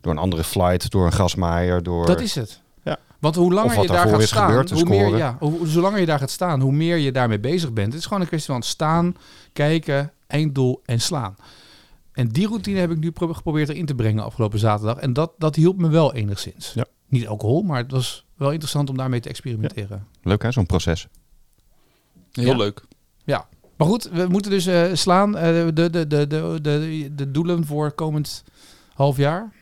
[SPEAKER 2] door een andere flight, door een gasmaaier, door...
[SPEAKER 1] Dat is het.
[SPEAKER 2] Ja.
[SPEAKER 1] Want hoe
[SPEAKER 2] Of
[SPEAKER 1] langer
[SPEAKER 2] wat
[SPEAKER 1] je daar
[SPEAKER 2] daarvoor
[SPEAKER 1] gaat
[SPEAKER 2] is
[SPEAKER 1] staan,
[SPEAKER 2] gebeurd, te
[SPEAKER 1] hoe meer,
[SPEAKER 2] scoren.
[SPEAKER 1] ja, hoe, zolang je daar gaat staan, hoe meer je daarmee bezig bent. Het is gewoon een kwestie van staan, kijken, einddoel en slaan. En die routine heb ik nu pro- geprobeerd erin te brengen afgelopen zaterdag. En dat, dat hielp me wel enigszins.
[SPEAKER 2] Ja.
[SPEAKER 1] Niet alcohol, maar het was wel interessant om daarmee te experimenteren.
[SPEAKER 2] Leuk hè, zo'n proces.
[SPEAKER 3] Heel
[SPEAKER 1] Ja.
[SPEAKER 3] leuk.
[SPEAKER 1] Maar goed, we moeten dus eh, slaan eh, de, de, de, de, de, de doelen voor komend half jaar.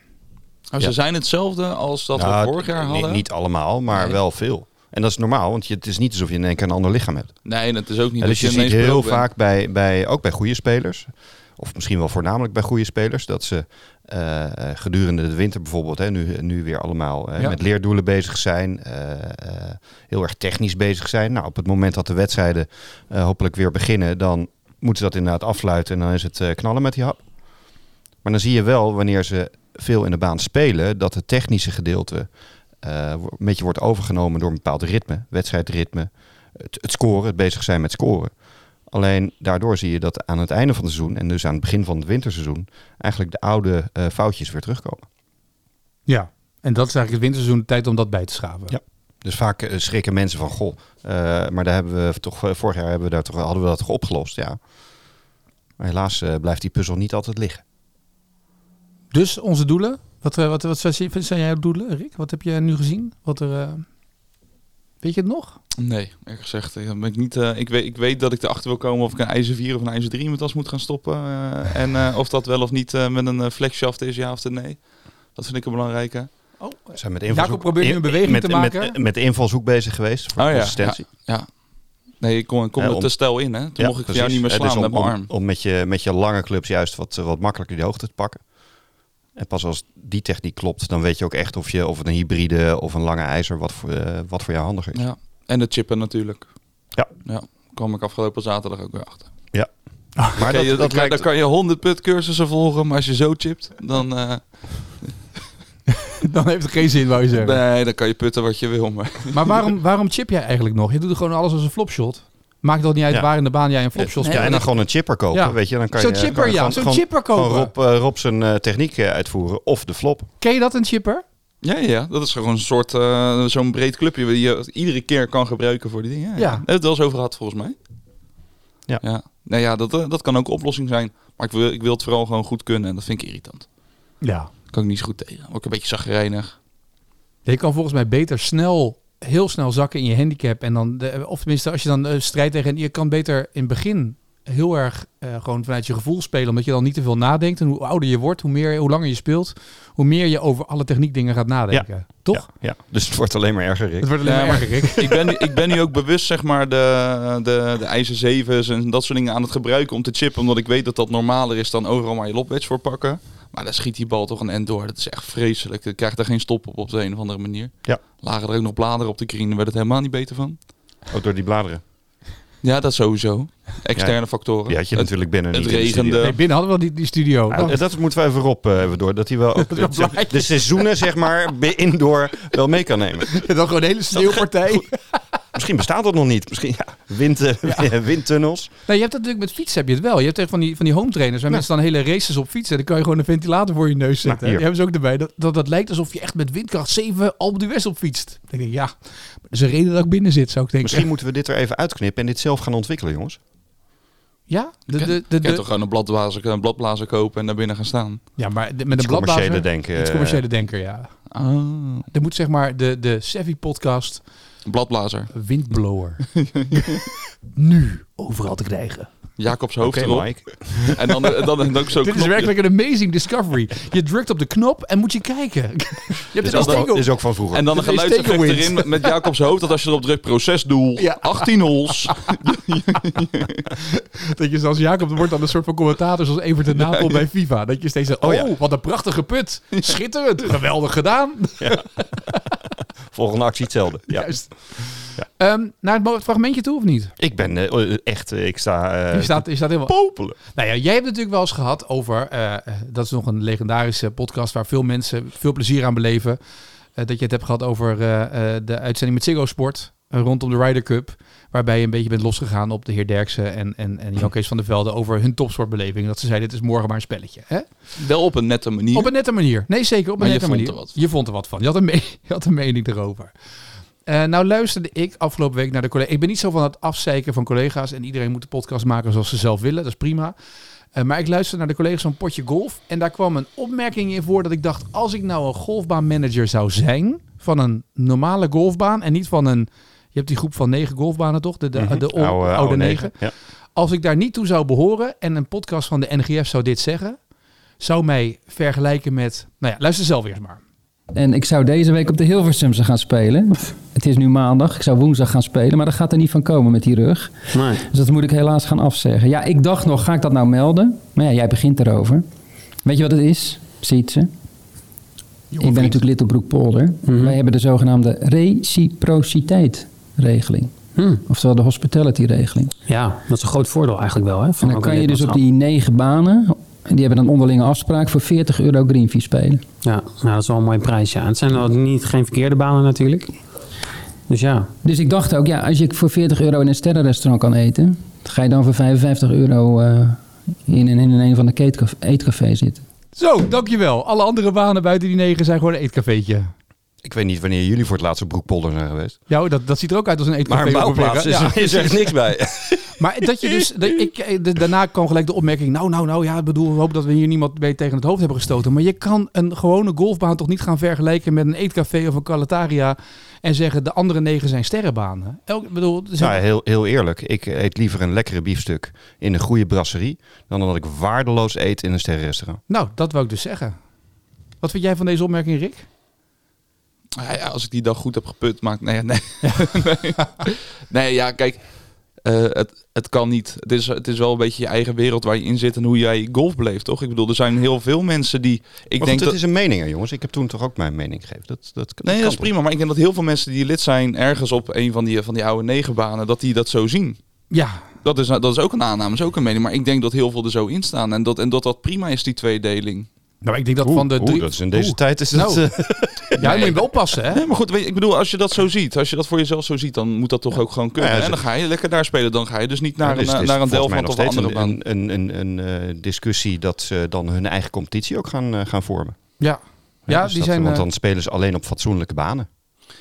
[SPEAKER 2] Ja.
[SPEAKER 3] Maar Ze zijn hetzelfde als dat
[SPEAKER 2] Nou,
[SPEAKER 3] we vorig jaar
[SPEAKER 2] niet-
[SPEAKER 3] hadden.
[SPEAKER 2] Niet allemaal, maar
[SPEAKER 3] Nee.
[SPEAKER 2] wel veel. En dat is normaal, want je, het is niet alsof je in één keer een ander lichaam hebt.
[SPEAKER 3] Nee, dat is ook niet.
[SPEAKER 2] Ja,
[SPEAKER 3] dat
[SPEAKER 2] dus je ziet
[SPEAKER 3] ineens
[SPEAKER 2] heel
[SPEAKER 3] brood bent.
[SPEAKER 2] vaak bij, bij, ook bij goede spelers, of misschien wel voornamelijk bij goede spelers, dat ze eh, eh, gedurende de winter bijvoorbeeld, hè, nu, nu weer allemaal eh,
[SPEAKER 1] Ja.
[SPEAKER 2] met leerdoelen bezig zijn, eh, eh, heel erg technisch bezig zijn. Nou, op het moment dat de wedstrijden eh, hopelijk weer beginnen, dan moeten ze dat inderdaad afsluiten en dan is het eh, knallen met die hap. Maar dan zie je wel, wanneer ze veel in de baan spelen, dat het technische gedeelte eh, wo- een beetje wordt overgenomen door een bepaald ritme, wedstrijdritme, het, het scoren, het bezig zijn met scoren. Alleen daardoor zie je dat aan het einde van het seizoen en dus aan het begin van het winterseizoen eigenlijk de oude eh, foutjes weer terugkomen.
[SPEAKER 1] Ja. En dat is eigenlijk het winterseizoen de tijd om dat bij te schaven.
[SPEAKER 2] Ja. Dus vaak eh, schrikken mensen van goh, eh, maar daar hebben we toch eh, vorig jaar hebben we daar toch, hadden we dat toch opgelost, ja. Maar helaas eh, blijft die puzzel niet altijd liggen.
[SPEAKER 1] Dus onze doelen. Wat, eh, wat, wat zijn wat zijn jouw doelen, Rick? Wat heb je nu gezien? Wat er, eh, Weet je het nog?
[SPEAKER 3] Nee, eerlijk gezegd. eh, Ben ik, niet, eh, ik, weet, ik weet dat ik erachter wil komen of ik een ijzer 4 of een ijzer 3 in mijn tas moet gaan stoppen. eh, en eh, of dat wel of niet eh, met een eh, flexshaft is, ja of nee. Dat vind ik een belangrijke.
[SPEAKER 1] Oh,
[SPEAKER 2] Zijn met
[SPEAKER 1] invalshoek- Jacob probeert nu een beweging
[SPEAKER 2] met,
[SPEAKER 1] te maken.
[SPEAKER 2] Met, met invalshoek bezig geweest voor
[SPEAKER 3] Oh ja,
[SPEAKER 2] consistentie.
[SPEAKER 3] Nee, ik kom, ik kom
[SPEAKER 2] Ja,
[SPEAKER 3] er
[SPEAKER 2] om-
[SPEAKER 3] te stel in, hè. Toen
[SPEAKER 2] Ja,
[SPEAKER 3] mocht ik voor jou
[SPEAKER 2] precies.
[SPEAKER 3] niet meer
[SPEAKER 2] Eh,
[SPEAKER 3] slaan
[SPEAKER 2] dus om,
[SPEAKER 3] met mijn
[SPEAKER 2] om-
[SPEAKER 3] arm.
[SPEAKER 2] Om, met, je, met je lange clubs juist wat, eh, wat makkelijker die hoogte te pakken. En pas als die techniek klopt, dan weet je ook echt of, je, of het een hybride of een lange ijzer, wat voor, eh, wat voor jou handiger is.
[SPEAKER 3] Ja. En de chippen natuurlijk.
[SPEAKER 2] Ja.
[SPEAKER 3] ja. Kwam ik afgelopen zaterdag ook weer achter.
[SPEAKER 2] Maar
[SPEAKER 3] Oké,
[SPEAKER 2] dat,
[SPEAKER 3] je-
[SPEAKER 2] dat
[SPEAKER 3] kan-
[SPEAKER 2] lijkt,
[SPEAKER 3] Dan kan je 100 put cursussen volgen, maar als je zo chipt, dan, eh,
[SPEAKER 1] <laughs> Dan heeft het geen zin, wou je zeggen.
[SPEAKER 3] nee, dan kan je putten wat je wil. Maar
[SPEAKER 1] Maar waarom, waarom chip jij eigenlijk nog? Je doet er gewoon alles als een flopshot. Maakt het niet uit
[SPEAKER 2] Ja.
[SPEAKER 1] waar in de baan jij een flopshot
[SPEAKER 2] ja, en dan
[SPEAKER 1] speelt.
[SPEAKER 2] gewoon een chipper kopen,
[SPEAKER 1] Ja.
[SPEAKER 2] weet je. Dan kan
[SPEAKER 1] Zo'n
[SPEAKER 2] je,
[SPEAKER 1] chipper,
[SPEAKER 2] kan je
[SPEAKER 1] ja.
[SPEAKER 2] gewoon-
[SPEAKER 1] Zo'n
[SPEAKER 2] gewoon-
[SPEAKER 1] chipper kopen.
[SPEAKER 2] Gewoon Rob, eh, Rob zijn eh, techniek eh, uitvoeren of de flop.
[SPEAKER 1] Ken je dat, een chipper?
[SPEAKER 3] ja, ja, dat is gewoon een soort, eh, zo'n breed clubje die je iedere keer kan gebruiken voor die dingen. Ja,
[SPEAKER 1] Ja.
[SPEAKER 3] ja. Daar hebben we het wel eens over gehad, volgens mij.
[SPEAKER 2] Ja.
[SPEAKER 3] ja. Nou ja, dat, eh, dat kan ook een oplossing zijn. Maar ik wil, ik wil het vooral gewoon goed kunnen en dat vind ik irritant.
[SPEAKER 1] Ja.
[SPEAKER 3] Kan ik niet zo goed tegen. Word ik een beetje zagrijnig.
[SPEAKER 1] Je kan volgens mij beter snel, heel snel zakken in je handicap. En dan, de, of tenminste, als je dan eh, strijdt tegen... Je kan beter in het begin heel erg eh, gewoon vanuit je gevoel spelen. Omdat je dan niet te veel nadenkt. En hoe ouder je wordt, hoe, meer, hoe langer je speelt... hoe meer je over alle techniekdingen gaat nadenken. Toch?
[SPEAKER 2] Ja, ja. Dus het wordt alleen maar erger, Rick.
[SPEAKER 1] Het wordt
[SPEAKER 3] Ja,
[SPEAKER 1] alleen maar
[SPEAKER 3] maar-
[SPEAKER 1] erger, Rick.
[SPEAKER 3] ik, ben, nu- ik ben nu ook bewust, zeg maar, de, de, de ijzer 7's en dat soort dingen aan het gebruiken om te chippen. Omdat ik weet dat dat normaler is dan overal maar je lopwedge voor pakken. Maar dan schiet die bal toch een end door. Dat is echt vreselijk. Ik krijg daar geen stop op op de een of andere manier.
[SPEAKER 2] Ja.
[SPEAKER 3] Lagen er ook nog bladeren op de green, daar werd het helemaal niet beter van.
[SPEAKER 2] Ook door die bladeren.
[SPEAKER 3] Ja, dat sowieso. Externe factoren.
[SPEAKER 2] Die had je
[SPEAKER 3] Het-
[SPEAKER 2] natuurlijk binnen
[SPEAKER 3] het
[SPEAKER 2] niet in de studio.
[SPEAKER 3] regende.
[SPEAKER 1] Nee, binnen hadden we al die, die studio.
[SPEAKER 2] Nou,
[SPEAKER 1] <laughs>
[SPEAKER 2] dat moeten we even Rob eh, even door. Dat hij wel ook de,
[SPEAKER 1] wel blij
[SPEAKER 2] de seizoenen, zeg maar, bij indoor wel mee kan nemen.
[SPEAKER 1] dan gewoon een hele sneeuwpartij.
[SPEAKER 2] Misschien bestaat dat nog niet. Misschien ja, wind, eh, <laughs> windtunnels.
[SPEAKER 1] Nee, je hebt dat natuurlijk met fietsen heb je het wel. Je hebt echt van die, van die home trainers waar mensen dan hele races op fietsen. Dan kan je gewoon een ventilator voor je neus zetten.
[SPEAKER 2] Nou, hier.
[SPEAKER 1] die hebben ze ook erbij. Dat, dat, dat lijkt alsof je echt met windkracht 7 Alpe d'Huez op fietst. Dan denk ik, ja, dat is een reden dat ik binnen zit, zou ik denken.
[SPEAKER 2] Misschien moeten we dit er even uitknippen en dit zelf gaan ontwikkelen, jongens.
[SPEAKER 1] Ja, de, de, de,
[SPEAKER 3] Je kunt-
[SPEAKER 1] de-
[SPEAKER 3] je kunt toch gewoon een bladblazer, een bladblazer kopen en daar binnen gaan staan.
[SPEAKER 1] ja maar de- met een
[SPEAKER 2] Iets commerciële
[SPEAKER 1] bladblazer.
[SPEAKER 2] denken.
[SPEAKER 1] Iets
[SPEAKER 2] eh,
[SPEAKER 1] commerciële denker, ja.
[SPEAKER 3] Ah,
[SPEAKER 1] Er moet zeg maar de, de Savvy podcast
[SPEAKER 3] bladblazer.
[SPEAKER 1] Windblower. <laughs> nu overal te krijgen.
[SPEAKER 3] Jacobs hoofd
[SPEAKER 2] Oké,
[SPEAKER 3] erop.
[SPEAKER 2] Mike.
[SPEAKER 3] En dan, dan, dan ook zo'n
[SPEAKER 1] Dit is
[SPEAKER 3] knopje.
[SPEAKER 1] werkelijk een amazing discovery. Je drukt op de knop en moet je kijken. <laughs> Je hebt
[SPEAKER 2] Is
[SPEAKER 1] een
[SPEAKER 2] ook,
[SPEAKER 1] steek
[SPEAKER 2] van,
[SPEAKER 1] op.
[SPEAKER 2] is ook van vroeger.
[SPEAKER 3] En dan een
[SPEAKER 1] Dat is
[SPEAKER 3] geluidseffect
[SPEAKER 1] tegenwind.
[SPEAKER 3] erin met- met Jacobs hoofd. Dat als je erop drukt, <laughs> procesdoel.
[SPEAKER 1] Ja.
[SPEAKER 3] 18 hols.
[SPEAKER 1] Dat je zoals Jacob wordt dan een soort van commentator zoals Evert de Napel bij FIFA. Dat je steeds zegt, oh,
[SPEAKER 2] Oh ja.
[SPEAKER 1] wat een prachtige put. Schitterend. Geweldig gedaan. <laughs>
[SPEAKER 2] Volgende actie hetzelfde. Ja.
[SPEAKER 1] Juist.
[SPEAKER 2] Ja.
[SPEAKER 1] Ehm, naar het mo- het fragmentje toe of niet?
[SPEAKER 2] Ik ben eh, echt, eh, ik sta eh,
[SPEAKER 1] Je staat, je staat helemaal...
[SPEAKER 2] popelen.
[SPEAKER 1] Nou ja, jij hebt natuurlijk wel eens gehad over... eh, eh, dat is nog een legendarische podcast waar veel mensen veel plezier aan beleven. Eh, dat je het hebt gehad over eh, eh, de uitzending met Ziggo Sport eh, rondom de Ryder Cup. Waarbij je een beetje bent losgegaan op de heer Derksen en, en, en Jan Kees van der Velde over hun topsportbeleving. Dat ze zeiden, dit is morgen maar een spelletje. Hè?
[SPEAKER 3] <laughs> Wel op een nette manier.
[SPEAKER 1] Op een nette manier. Nee, zeker op een
[SPEAKER 3] Maar je
[SPEAKER 1] nette
[SPEAKER 3] vond
[SPEAKER 1] manier.
[SPEAKER 3] er wat van.
[SPEAKER 1] Je vond er wat van. Je had een, me- <laughs> je had een mening erover. Eh, nou luisterde ik afgelopen week naar de collega. Ik ben niet zo van het afzeiken van collega's. En iedereen moet de podcast maken zoals ze zelf willen. Dat is prima. Eh, maar ik luisterde naar de collega's van Potje Golf. En daar kwam een opmerking in voor dat ik dacht... als ik nou een golfbaanmanager zou zijn... van een normale golfbaan en niet van een... Je hebt die groep van negen golfbanen toch? De, de,
[SPEAKER 3] Mhm.
[SPEAKER 1] de, ol-
[SPEAKER 2] Oude-
[SPEAKER 1] oude,
[SPEAKER 2] Nou, eh, oude
[SPEAKER 1] negen.
[SPEAKER 2] negen,
[SPEAKER 1] Als ik daar niet toe zou behoren... en een podcast van de NGF zou dit zeggen... zou mij vergelijken met... Nou ja, luister zelf eerst maar.
[SPEAKER 6] En ik zou deze week op de Hilversumse gaan spelen. Het is nu maandag, ik zou woensdag gaan spelen, maar dat gaat er niet van komen met die rug.
[SPEAKER 7] Nee.
[SPEAKER 6] Dus dat moet ik helaas gaan afzeggen. Ja, ik dacht nog, ga ik dat nou melden? Maar ja, jij begint erover. Weet je wat het is, ziet ze? ik ben natuurlijk lid op Broekpolder.
[SPEAKER 7] Mhm.
[SPEAKER 6] Wij hebben de zogenaamde reciprociteit-regeling.
[SPEAKER 7] Hm.
[SPEAKER 6] Oftewel de hospitality-regeling.
[SPEAKER 7] Ja, dat is een groot voordeel eigenlijk wel. Hè, van
[SPEAKER 6] En dan
[SPEAKER 7] ook
[SPEAKER 6] kan
[SPEAKER 7] een
[SPEAKER 6] je dus op
[SPEAKER 7] lidmaatschap.
[SPEAKER 6] die negen banen, en die hebben dan onderlinge afspraak, voor 40 euro green fee spelen.
[SPEAKER 7] Ja, nou, dat is wel een mooi prijs. Ja. Het zijn wel niet, geen verkeerde banen natuurlijk. Dus ja,
[SPEAKER 6] Dus ik dacht ook, ja, als ik voor 40 euro in een sterrenrestaurant kan eten, ga je dan voor 55 euro eh, in, een- in een van de keetcaf- eetcafé zitten.
[SPEAKER 1] Zo, dankjewel. Alle andere banen buiten die negen zijn gewoon een eetcafeetje.
[SPEAKER 2] Ik weet niet wanneer jullie voor het laatst op Broekpolder zijn geweest.
[SPEAKER 1] Ja, dat, dat ziet er ook uit als een eetcafé.
[SPEAKER 3] Maar een
[SPEAKER 1] op een plek,
[SPEAKER 3] bouwplaats
[SPEAKER 1] hè?
[SPEAKER 3] is,
[SPEAKER 1] Ja.
[SPEAKER 3] is er echt niks bij.
[SPEAKER 1] Maar dat je dus, dat ik, eh, de- daarna kwam gelijk de opmerking, nou, nou, nou, ja, ik bedoel, we hopen dat we hier niemand mee tegen het hoofd hebben gestoten. Maar je kan een gewone golfbaan toch niet gaan vergelijken met een eetcafé of een calataria en zeggen de andere negen zijn sterrenbanen. Elk, ik bedoel, er zijn-
[SPEAKER 2] Nou, heel, heel eerlijk, ik eet liever een lekkere biefstuk in een goede brasserie... dan dat ik waardeloos eet in een sterrenrestaurant.
[SPEAKER 1] nou, dat wou ik dus zeggen. Wat vind jij van deze opmerking, Rick?
[SPEAKER 3] Nou Ja, ja, als ik die dag goed heb geput, maakt... Nee, nee. <laughs> nee. nee, ja, kijk. eh, het, het kan niet. Het is, het is wel een beetje je eigen wereld waar je in zit en hoe jij golf beleeft, toch? Ik bedoel, er zijn heel veel mensen die... Ik
[SPEAKER 2] Ik
[SPEAKER 3] denk
[SPEAKER 2] denk dat
[SPEAKER 3] dat,
[SPEAKER 2] is een mening, hè, jongens. Ik heb toen toch ook mijn mening gegeven. Dat, dat,
[SPEAKER 3] nee, dat
[SPEAKER 2] kan
[SPEAKER 3] is prima. Maar ik denk dat heel veel mensen die lid zijn ergens op een van die, van die oude negenbanen, dat die dat zo zien.
[SPEAKER 1] Ja,
[SPEAKER 3] Dat is, dat is ook een aanname, is ook een mening. Maar ik denk dat heel veel er zo in staan. En dat en dat, dat prima is, die tweedeling.
[SPEAKER 1] nou, ik denk dat
[SPEAKER 2] Oeh,
[SPEAKER 1] van de...
[SPEAKER 2] oeh,
[SPEAKER 1] drie-
[SPEAKER 2] dat is in deze
[SPEAKER 1] Oeh.
[SPEAKER 2] tijd is dat,
[SPEAKER 1] Nou.
[SPEAKER 2] <laughs> eh,
[SPEAKER 1] Ja, je moet wel oppassen, hè?
[SPEAKER 3] Nee, maar goed, weet je, ik bedoel, als je dat zo ziet, als je dat voor jezelf zo ziet, dan moet dat toch ook gewoon kunnen.
[SPEAKER 2] Ja, ja,
[SPEAKER 3] en dan ga je lekker daar spelen. Dan ga je dus niet naar,
[SPEAKER 2] dus
[SPEAKER 1] eh,
[SPEAKER 2] het
[SPEAKER 3] een,
[SPEAKER 2] is
[SPEAKER 3] naar een
[SPEAKER 2] volgens mij
[SPEAKER 3] Delft of een andere
[SPEAKER 2] nog
[SPEAKER 3] baan.
[SPEAKER 2] steeds een, een, een, een, eh, discussie dat ze dan hun eigen competitie ook gaan, eh, gaan vormen.
[SPEAKER 1] Ja,
[SPEAKER 2] Hè,
[SPEAKER 1] ja
[SPEAKER 2] dus
[SPEAKER 1] die
[SPEAKER 2] dat-
[SPEAKER 1] zijn...
[SPEAKER 2] Want
[SPEAKER 1] eh,
[SPEAKER 2] dan spelen ze alleen op fatsoenlijke banen.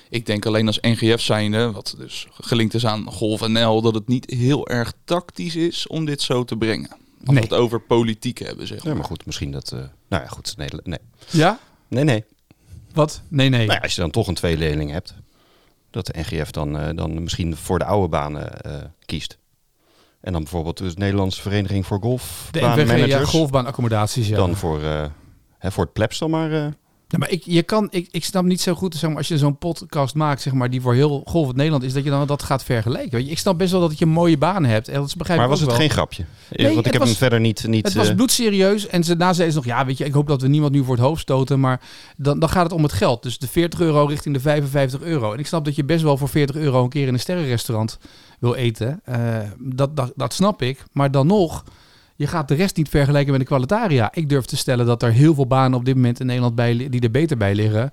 [SPEAKER 3] Ik denk alleen als NGF zijnde, wat dus gelinkt is aan Golf NL, dat het niet heel erg tactisch is om dit zo te brengen. Als
[SPEAKER 1] Nee.
[SPEAKER 3] we het over politiek hebben, zeg
[SPEAKER 2] Ja,
[SPEAKER 3] maar.
[SPEAKER 2] maar goed, misschien dat... eh, nou ja, goed. Nee, nee.
[SPEAKER 1] Ja?
[SPEAKER 2] nee, nee.
[SPEAKER 1] Wat? Nee, nee.
[SPEAKER 2] Nou ja, als je dan toch een tweeleerling hebt, dat de NGF dan, eh, dan misschien voor de oude banen eh, kiest. En dan bijvoorbeeld dus de Nederlandse Vereniging voor Golf,
[SPEAKER 1] De NVG, ja,
[SPEAKER 2] baanmanagers.
[SPEAKER 1] golfbaanaccommodaties, ja.
[SPEAKER 2] Dan voor, eh, hè, voor het plebs dan maar. eh.
[SPEAKER 1] Ja, maar ik, je kan, ik, ik snap niet zo goed, zeg maar, als je zo'n podcast maakt, zeg maar, die voor heel Golf het Nederland is, dat je dan dat gaat vergelijken. Weet je, ik snap best wel dat je een mooie baan hebt. En dat is begrijp
[SPEAKER 2] maar
[SPEAKER 1] ik
[SPEAKER 2] was het
[SPEAKER 1] ook wel.
[SPEAKER 2] geen grapje? Eh,
[SPEAKER 1] Nee,
[SPEAKER 2] Want
[SPEAKER 1] het
[SPEAKER 2] ik heb
[SPEAKER 1] was-
[SPEAKER 2] hem verder niet... niet
[SPEAKER 1] Het was
[SPEAKER 2] eh,
[SPEAKER 1] bloedserieus. En ze, daarna zeiden ze nog, ja, weet je, ik hoop dat we niemand nu voor het hoofd stoten. Maar dan, dan gaat het om het geld. Dus de 40 euro richting de 55 euro. En ik snap dat je best wel voor 40 euro een keer in een sterrenrestaurant wil eten. Eh, dat, dat, dat snap ik. Maar dan nog, je gaat de rest niet vergelijken met de Qualitaria. Ik durf te stellen dat er heel veel banen op dit moment in Nederland bij, li- die er beter bij liggen.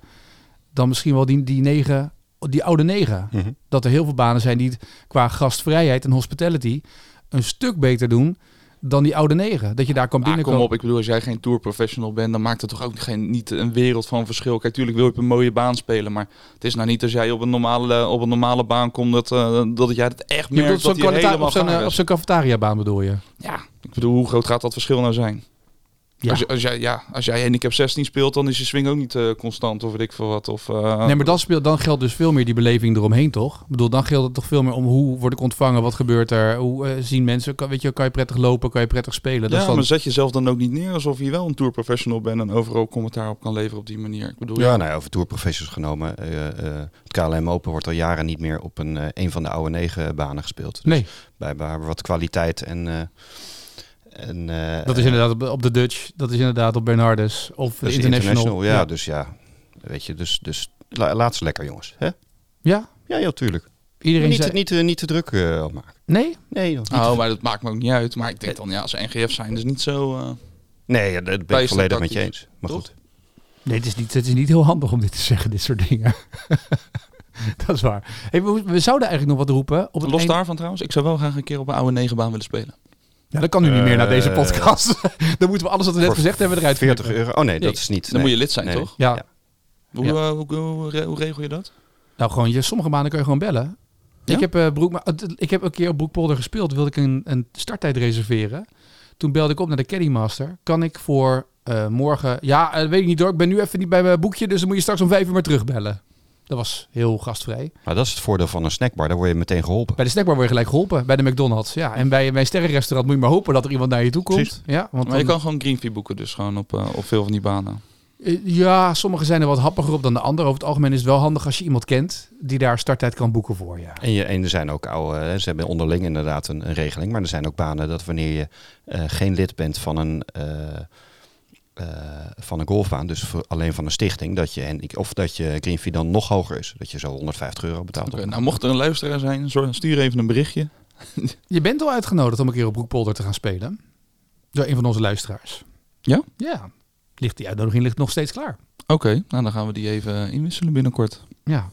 [SPEAKER 1] Dan misschien wel die, die negen, die oude negen.
[SPEAKER 2] Mhm.
[SPEAKER 1] Dat er heel veel banen zijn die het qua gastvrijheid en hospitality een stuk beter doen dan die oude negen. Dat je daar kan
[SPEAKER 3] Maar Ah, kom
[SPEAKER 1] binnenkomen.
[SPEAKER 3] op, ik bedoel, als jij geen tourprofessional bent, dan maakt het toch ook geen, niet een wereld van verschil. Kijk, tuurlijk wil je op een mooie baan spelen, maar het is nou niet als jij op een normale, op een normale baan komt, dat, eh, dat jij het echt
[SPEAKER 1] Je bedoelt
[SPEAKER 3] merkt
[SPEAKER 1] zo'n
[SPEAKER 3] dat je
[SPEAKER 1] kwalita-
[SPEAKER 3] helemaal
[SPEAKER 1] op zo'n,
[SPEAKER 3] gaar
[SPEAKER 1] eh,
[SPEAKER 3] is.
[SPEAKER 1] op zo'n cafetariabaan bedoel je?
[SPEAKER 3] Ja, ik bedoel, hoe groot gaat dat verschil nou zijn?
[SPEAKER 1] Ja.
[SPEAKER 3] Als, je- als jij, ja, als jij handicap 16 speelt, dan is je swing ook niet eh, constant of weet ik veel wat. Of, eh,
[SPEAKER 1] Nee, maar dan, speelt, dan geldt dus veel meer die beleving eromheen, toch? Ik bedoel, dan geldt het toch veel meer om hoe word ik ontvangen, wat gebeurt er, hoe eh, zien mensen, kan, weet je, kan je prettig lopen, kan je prettig spelen. Dat
[SPEAKER 3] ja,
[SPEAKER 1] is dan-
[SPEAKER 3] maar zet jezelf dan ook niet neer alsof je wel een tourprofessional bent en overal commentaar op kan leveren op die manier. Ik bedoel,
[SPEAKER 2] Ja, nou ja, over tourprofessors genomen. eh, eh, het KLM Open wordt al jaren niet meer op een, eh, een van de oude negen banen gespeeld. Dus
[SPEAKER 1] Nee,
[SPEAKER 2] Bij, bij wat kwaliteit en... eh, en eh,
[SPEAKER 1] dat is inderdaad op, op de Dutch, dat is inderdaad op Bernardus of de
[SPEAKER 2] dus
[SPEAKER 1] International.
[SPEAKER 2] ja, Dus ja, weet je, dus, dus la- laat ze lekker jongens. Hè?
[SPEAKER 1] Ja?
[SPEAKER 2] Ja, ja, tuurlijk.
[SPEAKER 1] Iedereen
[SPEAKER 2] niet,
[SPEAKER 1] zei... Ah.
[SPEAKER 2] te- niet, te- niet te druk eh, op maken.
[SPEAKER 1] Nee?
[SPEAKER 2] Nee, joh, niet te-
[SPEAKER 3] Oh, maar dat maakt me ook niet uit. Maar ik denk dan, ja, als ze NGF zijn, dus niet zo... eh,
[SPEAKER 2] nee, ja, dat ben ik
[SPEAKER 3] Bijster
[SPEAKER 2] volledig met je
[SPEAKER 3] tactisch,
[SPEAKER 2] eens. Maar
[SPEAKER 3] toch?
[SPEAKER 2] goed.
[SPEAKER 1] Nee, het is, niet, het is niet heel handig om dit te zeggen, dit soort dingen. dat is waar. Hey, we, we zouden eigenlijk nog wat roepen. Op het
[SPEAKER 3] Los
[SPEAKER 1] een-
[SPEAKER 3] daarvan trouwens, ik zou wel graag een keer op een oude negenbaan willen spelen.
[SPEAKER 1] Ja, dat kan nu niet meer na deze
[SPEAKER 2] Eh,
[SPEAKER 1] podcast. <laughs> dan moeten we alles wat we net
[SPEAKER 2] Voor
[SPEAKER 1] gezegd hebben eruit
[SPEAKER 2] 40
[SPEAKER 1] knippen.
[SPEAKER 2] euro. Oh nee,
[SPEAKER 1] Nee,
[SPEAKER 2] dat is niet.
[SPEAKER 3] Dan
[SPEAKER 2] nee.
[SPEAKER 3] moet je lid zijn,
[SPEAKER 2] Nee,
[SPEAKER 3] toch?
[SPEAKER 1] Ja.
[SPEAKER 2] Ja.
[SPEAKER 3] Hoe,
[SPEAKER 1] Ja.
[SPEAKER 3] eh, hoe, hoe, re- hoe regel je dat?
[SPEAKER 1] Nou, gewoon, je, sommige maanden kun je gewoon bellen.
[SPEAKER 3] Ja?
[SPEAKER 1] Ik, heb, eh broek, maar, het- ik heb een keer op Broekpolder gespeeld. wilde ik een, een starttijd reserveren. Toen belde ik op naar de Caddymaster. Kan ik voor eh, morgen... Ja, eh, weet ik niet hoor. Ik ben nu even niet bij mijn boekje. Dus dan moet je straks om vijf uur maar terugbellen. Dat was heel gastvrij.
[SPEAKER 2] Maar dat is het voordeel van een snackbar. Daar word je meteen geholpen.
[SPEAKER 1] Bij de snackbar word je gelijk geholpen. Bij de McDonald's. Ja, en bij, bij een sterrenrestaurant moet je maar hopen dat er iemand naar je toe komt.
[SPEAKER 2] Precies.
[SPEAKER 1] Ja, want
[SPEAKER 3] Maar je
[SPEAKER 1] dan-
[SPEAKER 3] kan gewoon green fee boeken dus gewoon op, eh, op veel van die banen.
[SPEAKER 1] Eh, Ja, sommige zijn er wat happiger op dan de anderen. Over het algemeen is het wel handig als je iemand kent die daar starttijd kan boeken voor. Ja.
[SPEAKER 2] En, je, en er zijn ook oude, hè, ze hebben onderling inderdaad een, een regeling, maar er zijn ook banen dat wanneer je eh, geen lid bent van een, eh, eh, van een golfbaan, dus voor- alleen van een stichting, dat je, en, of dat je green fee dan nog hoger is, dat je zo 150 euro betaalt.
[SPEAKER 3] Oké, nou, mocht er een luisteraar zijn, zorg- stuur even een berichtje.
[SPEAKER 1] Je bent al uitgenodigd om een keer op Broekpolder te gaan spelen. Door een van onze luisteraars.
[SPEAKER 3] Ja?
[SPEAKER 1] Ja. Ligt, die uitnodiging ligt nog steeds klaar.
[SPEAKER 3] Oké, nou dan gaan we die even inwisselen binnenkort.
[SPEAKER 1] Ja.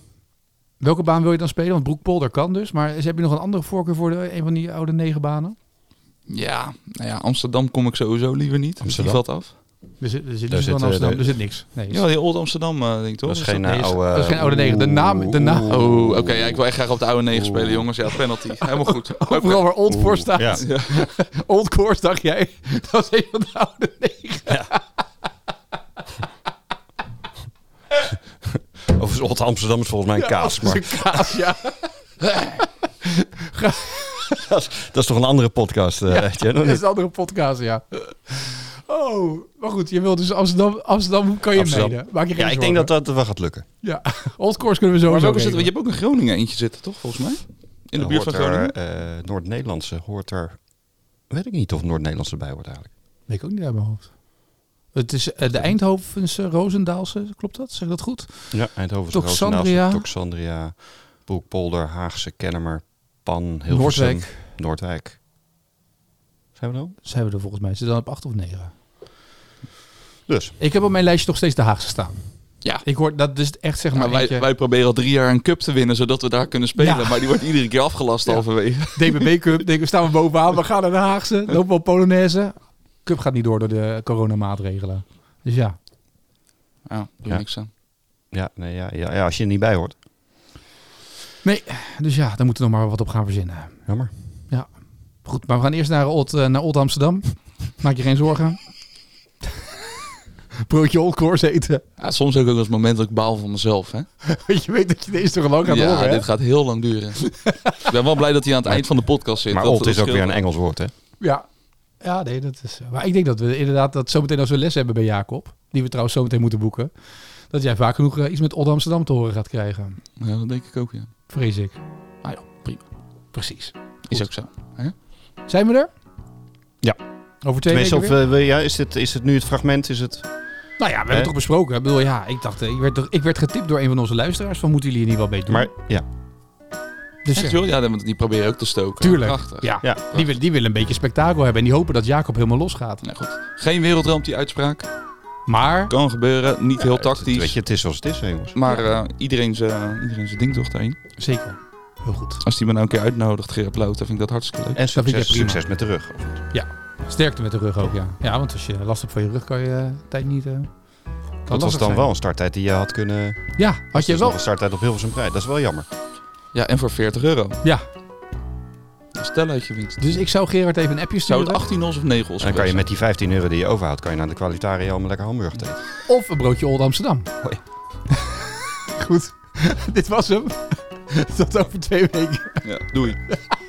[SPEAKER 1] Welke baan wil je dan spelen? Want Broekpolder kan dus. Maar is- heb je nog een andere voorkeur voor de, een van die oude negen banen?
[SPEAKER 3] Ja, nou ja, Amsterdam kom ik sowieso liever niet. dus
[SPEAKER 2] Amsterdam?
[SPEAKER 3] Die valt af.
[SPEAKER 1] Er zit, er zit, niets
[SPEAKER 2] Daar
[SPEAKER 1] van
[SPEAKER 2] zit, eh,
[SPEAKER 1] Amsterdam.
[SPEAKER 2] daar-
[SPEAKER 1] er zit niks. Nee,
[SPEAKER 3] Ja, die Old Amsterdam, eh, denk ik toch?
[SPEAKER 2] Dat is geen
[SPEAKER 1] nee, is-
[SPEAKER 2] oude...
[SPEAKER 1] dat is geen oude negen. De naam- de naam-
[SPEAKER 3] Oh, oké. ja, ik wil echt graag op de oude negen spelen, jongens. Ja,
[SPEAKER 2] <laughs>
[SPEAKER 3] penalty. Helemaal goed. Oké.
[SPEAKER 1] Overal waar Old voor staat.
[SPEAKER 2] Ja.
[SPEAKER 1] Old Course, dacht jij? <laughs> Dat is een van de oude negen.
[SPEAKER 2] Overigens, Old Amsterdam is volgens mij een kaas, maar
[SPEAKER 1] Een kaas,
[SPEAKER 2] <laughs>
[SPEAKER 1] ja.
[SPEAKER 2] dat is, dat is toch een andere podcast, eh, weet je, nog
[SPEAKER 1] Dat is
[SPEAKER 2] niet?
[SPEAKER 1] een andere podcast, ja. Oh, maar goed, je wilt dus Amsterdam, Amsterdam kan je
[SPEAKER 2] Amsterdam.
[SPEAKER 1] mede. Maak je geen
[SPEAKER 2] <laughs> Ja, ik denk
[SPEAKER 1] zorgen.
[SPEAKER 2] dat dat wel gaat lukken.
[SPEAKER 1] Ja, <laughs> Old Course kunnen we
[SPEAKER 3] Maar
[SPEAKER 1] sowieso
[SPEAKER 3] welke zit, er- je
[SPEAKER 1] regelen.
[SPEAKER 3] hebt ook een Groningen eentje zitten, toch? Volgens mij? In de
[SPEAKER 2] Dan
[SPEAKER 3] buurt van
[SPEAKER 2] hoort er,
[SPEAKER 3] Groningen?
[SPEAKER 2] eh, Noord-Nederlandse hoort er... Weet ik niet of Noord-Nederlandse bij hoort eigenlijk.
[SPEAKER 1] Weet ik ook niet uit mijn hoofd. Het is eh, de Eindhovense, Roosendaalse, klopt dat? Zeg ik dat goed?
[SPEAKER 2] Ja, Eindhoven,
[SPEAKER 1] Toxandria.
[SPEAKER 2] Toxandria. Toxandria, Broekpolder, Haagse, Kennemer, Pan, Hilversum,
[SPEAKER 1] Noordwijk.
[SPEAKER 2] Noordwijk. Zijn we dan?
[SPEAKER 1] Zijn we er volgens mij. Ze dan op acht of negen.
[SPEAKER 2] Dus.
[SPEAKER 1] Ik heb op mijn lijstje nog steeds de Haagse staan.
[SPEAKER 3] Ja.
[SPEAKER 1] Ik hoor, dat is echt zeg maar
[SPEAKER 3] Maar wij,
[SPEAKER 1] eentje-
[SPEAKER 3] wij proberen al drie jaar een cup te winnen, zodat we daar kunnen spelen.
[SPEAKER 1] Ja.
[SPEAKER 3] Maar die wordt iedere keer afgelast
[SPEAKER 2] <laughs>
[SPEAKER 3] halverwege.
[SPEAKER 1] DBB Cup, denk, ik, staan we bovenaan. We gaan naar de Haagse, lopen we op Polonaise. Cup gaat niet door door de coronamaatregelen. Dus ja,
[SPEAKER 3] Ja, doe
[SPEAKER 2] Ja.
[SPEAKER 3] niks aan.
[SPEAKER 2] Ja, nee, ja, ja, ja, als je er niet bij hoort.
[SPEAKER 1] dus ja, daar moeten we nog maar wat op gaan verzinnen.
[SPEAKER 2] Jammer.
[SPEAKER 1] Goed, maar we gaan eerst naar Old, eh, naar Old Amsterdam. Maak je geen zorgen. <laughs> Broodje Old Course eten. <laughs>
[SPEAKER 3] Ja, soms heb ik ook als moment dat ik baal van mezelf, hè?
[SPEAKER 1] je weet dat je deze toch al lang gaat
[SPEAKER 3] ja,
[SPEAKER 1] horen, hè?
[SPEAKER 3] dit gaat heel lang duren.
[SPEAKER 2] <laughs>
[SPEAKER 3] ik ben wel blij dat hij aan het eind van de podcast zit.
[SPEAKER 2] maar
[SPEAKER 3] Dat-
[SPEAKER 2] old
[SPEAKER 3] dat
[SPEAKER 2] is ook weer
[SPEAKER 3] scheelt.
[SPEAKER 2] een Engels woord, hè?
[SPEAKER 1] Ja. ja, nee, dat is... Maar ik denk dat we inderdaad dat zometeen als we les hebben bij Jacob... die we trouwens zometeen moeten boeken... dat jij vaak genoeg eh, iets met Old Amsterdam te horen gaat krijgen.
[SPEAKER 3] Ja, dat denk ik ook, ja.
[SPEAKER 1] Vrees ik.
[SPEAKER 3] Ah ja, prima.
[SPEAKER 1] Precies.
[SPEAKER 3] Is ook zo.
[SPEAKER 1] Zijn we er?
[SPEAKER 2] Ja.
[SPEAKER 1] Over twee
[SPEAKER 2] Tenminste, of,
[SPEAKER 1] weken weer?
[SPEAKER 2] eh, we- ja, is, dit, is het nu het fragment? Is het...
[SPEAKER 1] Nou ja, we hebben
[SPEAKER 2] Hè?
[SPEAKER 1] het toch besproken. Ik bedoel, ja, ik dacht... eh, Ik werd, toch- ik werd getipt door een van onze luisteraars... van moeten jullie hier niet wat mee doen?
[SPEAKER 2] Maar ja,
[SPEAKER 1] dus
[SPEAKER 3] Echt,
[SPEAKER 1] ja.
[SPEAKER 3] joh? Ja, want die proberen ook te stoken.
[SPEAKER 1] Tuurlijk.
[SPEAKER 3] Prachtig.
[SPEAKER 1] Ja,
[SPEAKER 2] Ja.
[SPEAKER 1] Die, willen, die willen een beetje spektakel hebben. En die hopen dat Jacob helemaal losgaat.
[SPEAKER 3] Nou goed. Geen wereldramp, die uitspraak.
[SPEAKER 1] Maar
[SPEAKER 3] Kan gebeuren. Niet heel
[SPEAKER 2] het- weet
[SPEAKER 3] tactisch.
[SPEAKER 2] je, het is zoals het is, hè, jongens.
[SPEAKER 3] Maar eh, iedereen zijn iedereen zijn ding toch daarin.
[SPEAKER 1] zeker. Heel goed.
[SPEAKER 3] Als die me nou een keer uitnodigt, Gerard Louw, dan vind ik dat hartstikke leuk.
[SPEAKER 2] En
[SPEAKER 1] vind ik
[SPEAKER 2] succes,
[SPEAKER 1] prima.
[SPEAKER 2] succes met de rug.
[SPEAKER 1] Sterkte met de rug ook, ja. Ja, want als je last hebt van je rug, kan je eh, tijd niet... eh, kan
[SPEAKER 2] Dat was
[SPEAKER 1] lastig
[SPEAKER 2] dan
[SPEAKER 1] zijn.
[SPEAKER 2] wel een starttijd die je had kunnen...
[SPEAKER 1] Ja, had
[SPEAKER 2] Het
[SPEAKER 1] je
[SPEAKER 2] is
[SPEAKER 1] wel.
[SPEAKER 2] nog een starttijd op Hilversum Prij. Dat is wel jammer.
[SPEAKER 3] Ja, en voor 40 euro.
[SPEAKER 1] Ja.
[SPEAKER 3] Stel uit je winst.
[SPEAKER 1] Dus ik zou Gerard even een appje
[SPEAKER 3] Zou het
[SPEAKER 1] sturen.
[SPEAKER 3] 18 ons of 9 ons
[SPEAKER 2] En dan kan je met die 15 euro die je overhoudt... kan je naar de kwalitaria allemaal lekker hamburger eten.
[SPEAKER 1] Of een broodje Old Amsterdam. <laughs>
[SPEAKER 2] Hoi.
[SPEAKER 1] goed. Dit was hem. <laughs> Tot over twee weken.
[SPEAKER 3] Ja, doei.